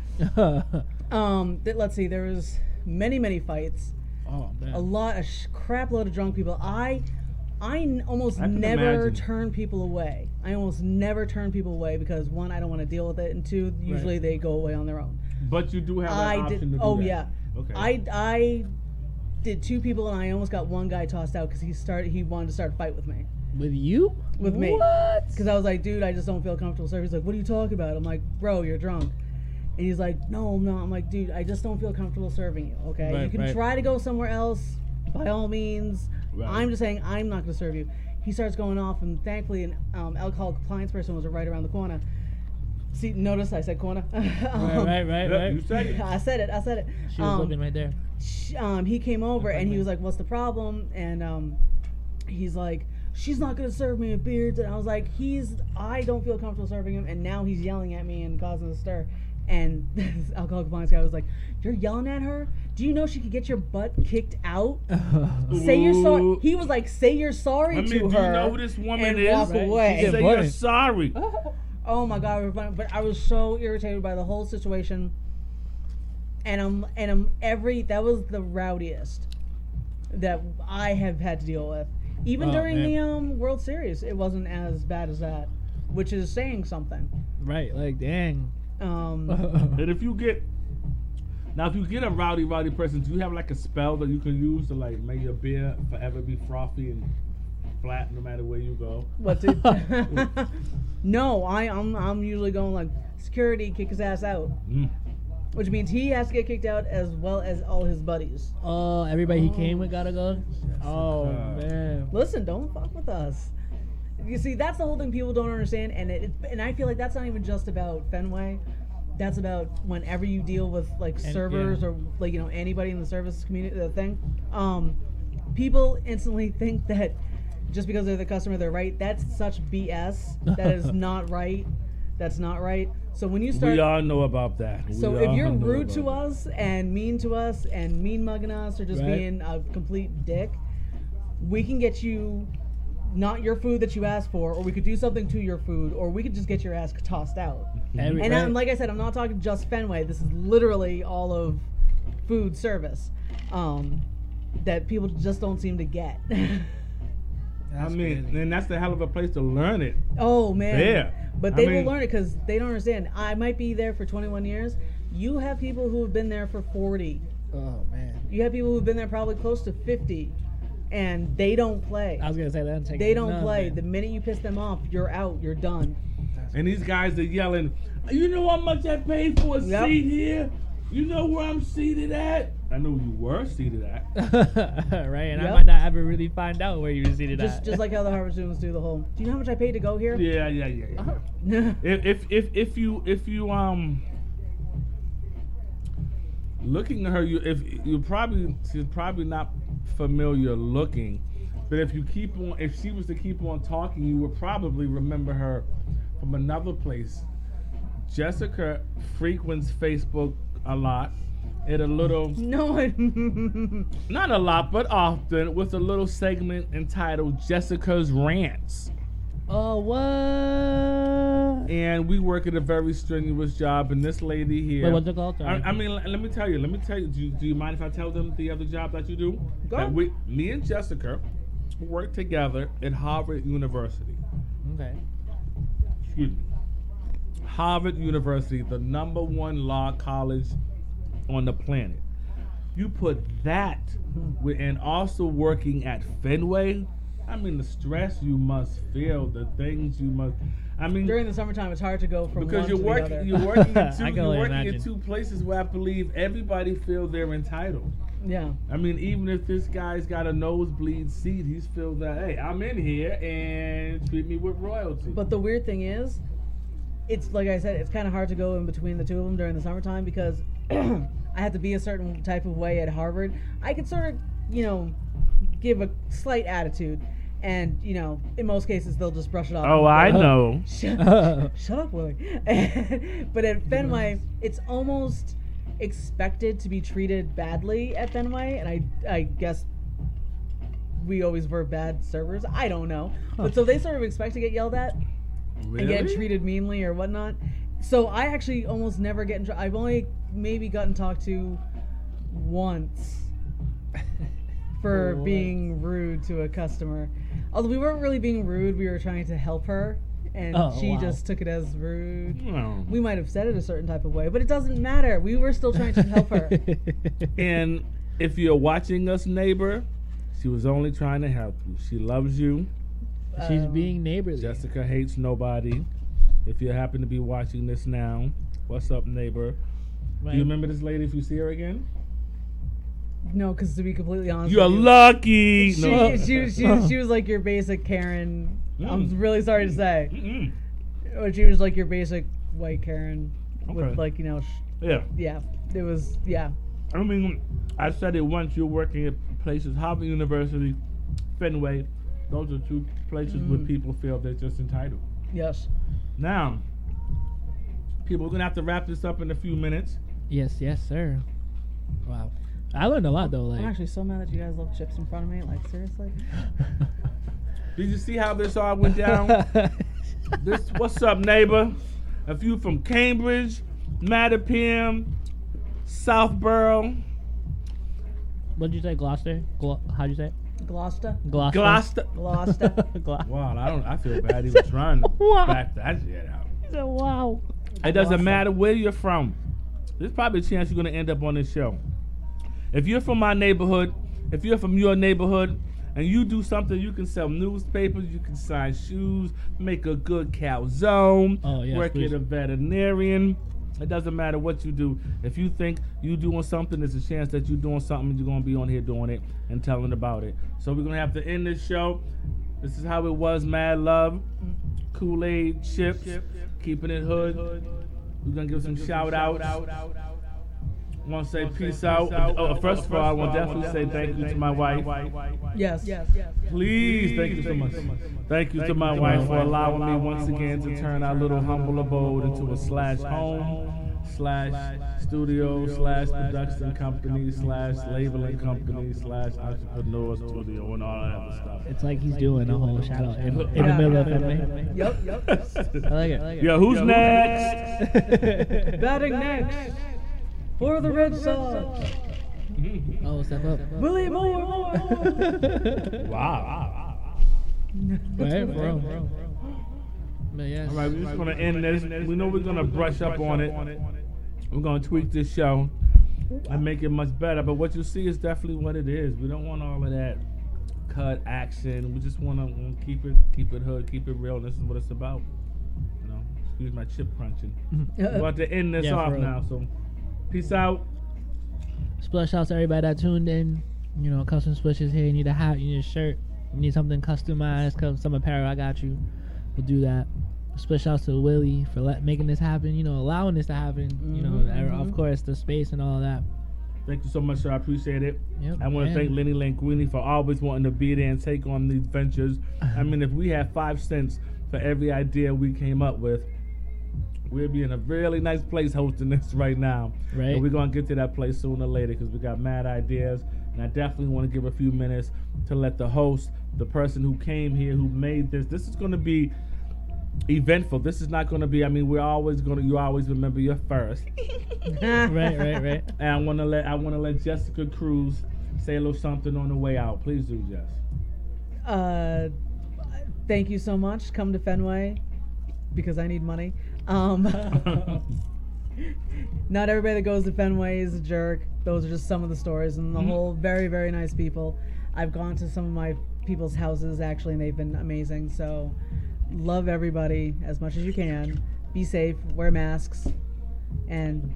Um, th- let's see. There was many, many fights.
oh
A
man.
lot, a sh- crap load of drunk people. I, I n- almost
I can
never
imagine.
turn people away. I almost never turn people away because one, I don't want to deal with it, and two, usually they go away on their own.
But you do have an
I
option to
did.
do
Oh
that.
yeah.
Okay.
I I did two people, and I almost got one guy tossed out because he started. He wanted to start a fight with me.
With you?
With me.
What?
Because I was like, dude, I just don't feel comfortable. So he's like, what are you talking about? I'm like, bro, you're drunk. And he's like, no, I'm not. I'm like, dude, I just don't feel comfortable serving you. Okay.
Right,
you can
right.
try to go somewhere else by all means.
Right.
I'm just saying, I'm not going to serve you. He starts going off, and thankfully, an um, alcohol compliance person was right around the corner. See, notice I said corner.
Right, right, right,
Yep,
right.
You said it.
I said it. I said it.
She was
Um,
looking right there.
sh- um, he came over and he
Apparently.
was like, "What's the problem?" And um, he's like, "She's not gonna serve me a beer." And I was like, "He's I don't feel comfortable serving him." And now he's yelling at me and causing a stir. And this alcohol compliance guy was like, "You're yelling at her? Do you know she could get your butt kicked out? Say you're sorry."
Ooh.
He was like, "Say you're sorry
I mean,
to
do you
her."
know who this woman
and
is?
walk
Right.
away.
Say you're
Important.
sorry.
Oh my god, we were fine. but I was so irritated by the whole situation. And I'm and I'm every that was the rowdiest that I have had to deal with. Even
Oh,
during
man.
the um World Series, it wasn't as bad as that, which is saying something.
Right, like dang. Uh,
Um
And if you get now, if you get a rowdy, rowdy person, do you have like a spell that you can use to like make your beer forever be frothy and flat no matter where you go?
what to No, I I'm I'm usually going like security kick his ass out,
Mm.
which means he has to get kicked out as well as all his buddies.
Oh, everybody he came with gotta go. Oh
God.
man.
Listen, don't fuck with us. You see, that's the whole thing people don't understand, and it, and I feel like that's not even just about Fenway. That's about whenever you deal with like
And-
servers
yeah.
or like you know anybody in the service community the thing. Um, people instantly think that just because they're the customer they're right. That's such BS. That is not right. That's not right. So when you start
We all know about that. We
so if
all
you're
know
rude
about
to
that.
us and mean to us and mean mugging us or just
Right.
being a complete dick, we can get you not your food that you asked for, or we could do something to your food, or we could just get your ass tossed out.
Every-
And
right.
I'm like I said, I'm not talking just Fenway. This is literally all of food service um, that people just don't seem to get.
I
That's
mean,
crazy.
and that's the hell of a place to learn it.
oh man,
There.
but
I
they
mean-
will learn it because they don't understand. I might be there for 21 years. You have people who have been there for 40.
oh man.
You have people who've been there probably close to 50, and they don't play.
I was gonna say that.
They don't play. The minute you piss them off, you're out. You're done.
And these guys are yelling, "You know how much I paid for a
Yep.
seat here? You know where I'm seated at? I know you were seated at."
right, and I
Yep.
might not ever really find out where you seated
Just
at.
just like how the Harvard students do the whole. Do you know how much I paid to go here?
Yeah, yeah, yeah, yeah.
Yeah.
If, if if if you if you um looking at her, you if you probably she's probably not familiar looking, but if you keep on if she was to keep on talking, you would probably remember her from another place. Jessica frequents Facebook a lot. It a little
no. I-
not a lot, but often with a little segment entitled Jessica's Rants.
oh what?
and we work at a very strenuous job. And this lady here,
Wait, what's it called?
I,
Sorry.
I mean, l- let me tell you. Let me tell you. Do, you. do you mind if I tell them the other job that you do?
Go.
That we, me and Jessica, work together at Harvard University.
okay.
Excuse me. Harvard University, the number one law college on the planet. You put that, with, and also working at Fenway. I mean, the stress you must feel, the things you must. I mean,
During the summertime, it's hard to go from
because
one
you're
to the
working,
other.
you're working in two,
I can
you're
only
working in
imagine.
two places where I believe everybody feel they're entitled.
yeah.
I mean, even if this guy's got a nosebleed seat, he's feel that hey, I'm in here and treat me with royalty.
But the weird thing is, it's like I said, it's kind of hard to go in between the two of them during the summertime because I have to be a certain type of way at Harvard. I could sort of, you know, give a slight attitude, and you know, in most cases they'll just brush it off. and
Oh,
go,
know.
Shut, shut up, Willie. but at Fenway, it's almost expected to be treated badly at Fenway, and I, I guess we always were bad servers. I don't know, but so they sort of expect to get yelled at
Really?
and get treated meanly or whatnot. So I actually almost never get in trouble. I've only maybe gotten talked to once for
Once.
being rude to a customer. Although we weren't really being rude, we were trying to help her, and
Oh,
she
wow.
just took it as rude.
No.
We might have said it a certain type of way, but it doesn't matter. We were still trying to help her.
And if you're watching us, neighbor, she was only trying to help you. She loves you.
She's
um,
being neighborly.
Jessica hates nobody. If you happen to be watching this now, what's up, neighbor? Do
Right.
you remember this lady if you see her again?
No, because to be completely honest,
You're
with you,
lucky.
She,
No.
she, she, she was like your basic Karen.
Mm.
I'm really sorry to say,
Mm-mm.
but she was like your basic white Karen
Okay.
with like you know, sh-
Yeah.
yeah. It was yeah.
I mean, I said it once. You're working at places, Harvard University, Fenway. Those are two places where
Mm.
people feel they're just entitled.
Yes.
Now, people, we're gonna have to wrap this up in a few minutes.
Yes, yes, sir. Wow. I learned a lot though.
I'm
Like,
actually so mad that you guys left chips in front of me. Like seriously.
Did you see how this all went down? this what's up, neighbor? A few from Cambridge, Mattapium, Southborough,
What'd you say, Gloucester? Glo- how'd you say? it?
Gloucester.
Gloucester.
Gloucester.
Gloucester.
Gloucester.
Wow, I don't. I feel bad even trying to
Wow.
back that shit out.
wow.
It doesn't
Awesome.
matter where you're from. There's probably a chance you're going to end up on this show. If you're from my neighborhood, if you're from your neighborhood, and you do something, you can sell newspapers, you can sign shoes, make a good calzone,
Oh, yes,
work
please.
at a veterinarian. It doesn't matter what you do. If you think you doing something, there's a chance that you're doing something and you're going to be on here doing it and telling about it. So we're going to have to end this show. This is how it was, Mad Love. Kool Aid chips, keeping it hood. We're gonna give some shout outs. Want to say peace out. Oh, first of all, I want to definitely say thank you to my wife.
Yes. Yes. Yes.
Please, thank you so much. Thank you to my wife for allowing me once again to turn our little humble abode into a slash home, slash studio, slash production company, slash labeling company, slash entrepreneur studio, and all that other stuff.
It's like he's doing a whole shout out in, in the
Yeah.
middle of Fenway.
Yep. Yep.
I like it. I like it.
Yo, who's next?
Batting next for the Red Sox.
oh, step up.
Willie Moore. Moore.
Wow.
Right, bro. But yes.
All right, we're just gonna end this. We know we're gonna brush up on it. We're gonna tweak this show and make it much better. But what you see is definitely what it is. We don't want all of that cut action. We just wanna wanna keep it, keep it hood, keep it real. This is what it's about. You know, excuse my chip crunching. We're about to end this
Yeah, for
off
real.
now. So, peace out.
Splash out to everybody that tuned in. You know, custom splishes here. You need a hat, you need a shirt, you need something customized, custom some apparel. I got you. We'll do that. Splish out to Willie for let, making this happen. You know, allowing this to happen. You know,
Mm-hmm,
Mhm,
and of
mhm.
course the space and all that.
Thank you so much, sir. I appreciate it.
Yep,
I want to
and-
thank Lenny Languini for always wanting to be there and take on these ventures. I mean, if we had five cents for every idea we came up with, we'd be in a really nice place hosting this right now.
Right.
And we're going to get to that place sooner or later because we got mad ideas. And I definitely want to give a few minutes to let the host, the person who came here, who made this, this is going to be eventful. This is not going to be, I mean, we're always going to, you always remember your first.
Right, right, right.
And I want to let I want to let Jessica Cruz say a little something on the way out. Please do, Jess.
Uh, thank you so much. Come to Fenway because I need money. Um, not everybody that goes to Fenway is a jerk. Those are just some of the stories, and the
Mm-hmm.
whole very very nice people. I've gone to some of my people's houses actually, and they've been amazing. So love everybody as much as you can. Be safe. Wear masks, and.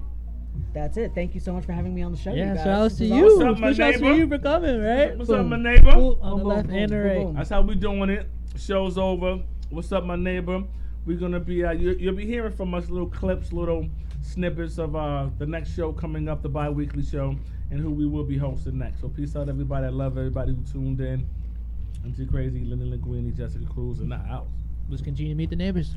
That's it. Thank you so much for having me on the show. you
Yeah,
guys.
shout outs
This
to
is
you.
awesome.
What's up, my
Splash outs to
neighbor?
you for coming, right?
What's up,
Boom.
my neighbor?
Boom, on the
Boom,
left
boom,
and the
boom,
right.
boom.
That's how we doing it. Show's over. What's up, my neighbor? We're gonna be uh, you, you'll be hearing from us little clips, little snippets of uh, the next show coming up, the bi-weekly show, and who we will be hosting next. So peace out, everybody. I love everybody who tuned in. I'm too crazy. Lenny Linguini, Jessica Cruz, and the house. Mm-hmm,
Let's continue to meet the neighbors.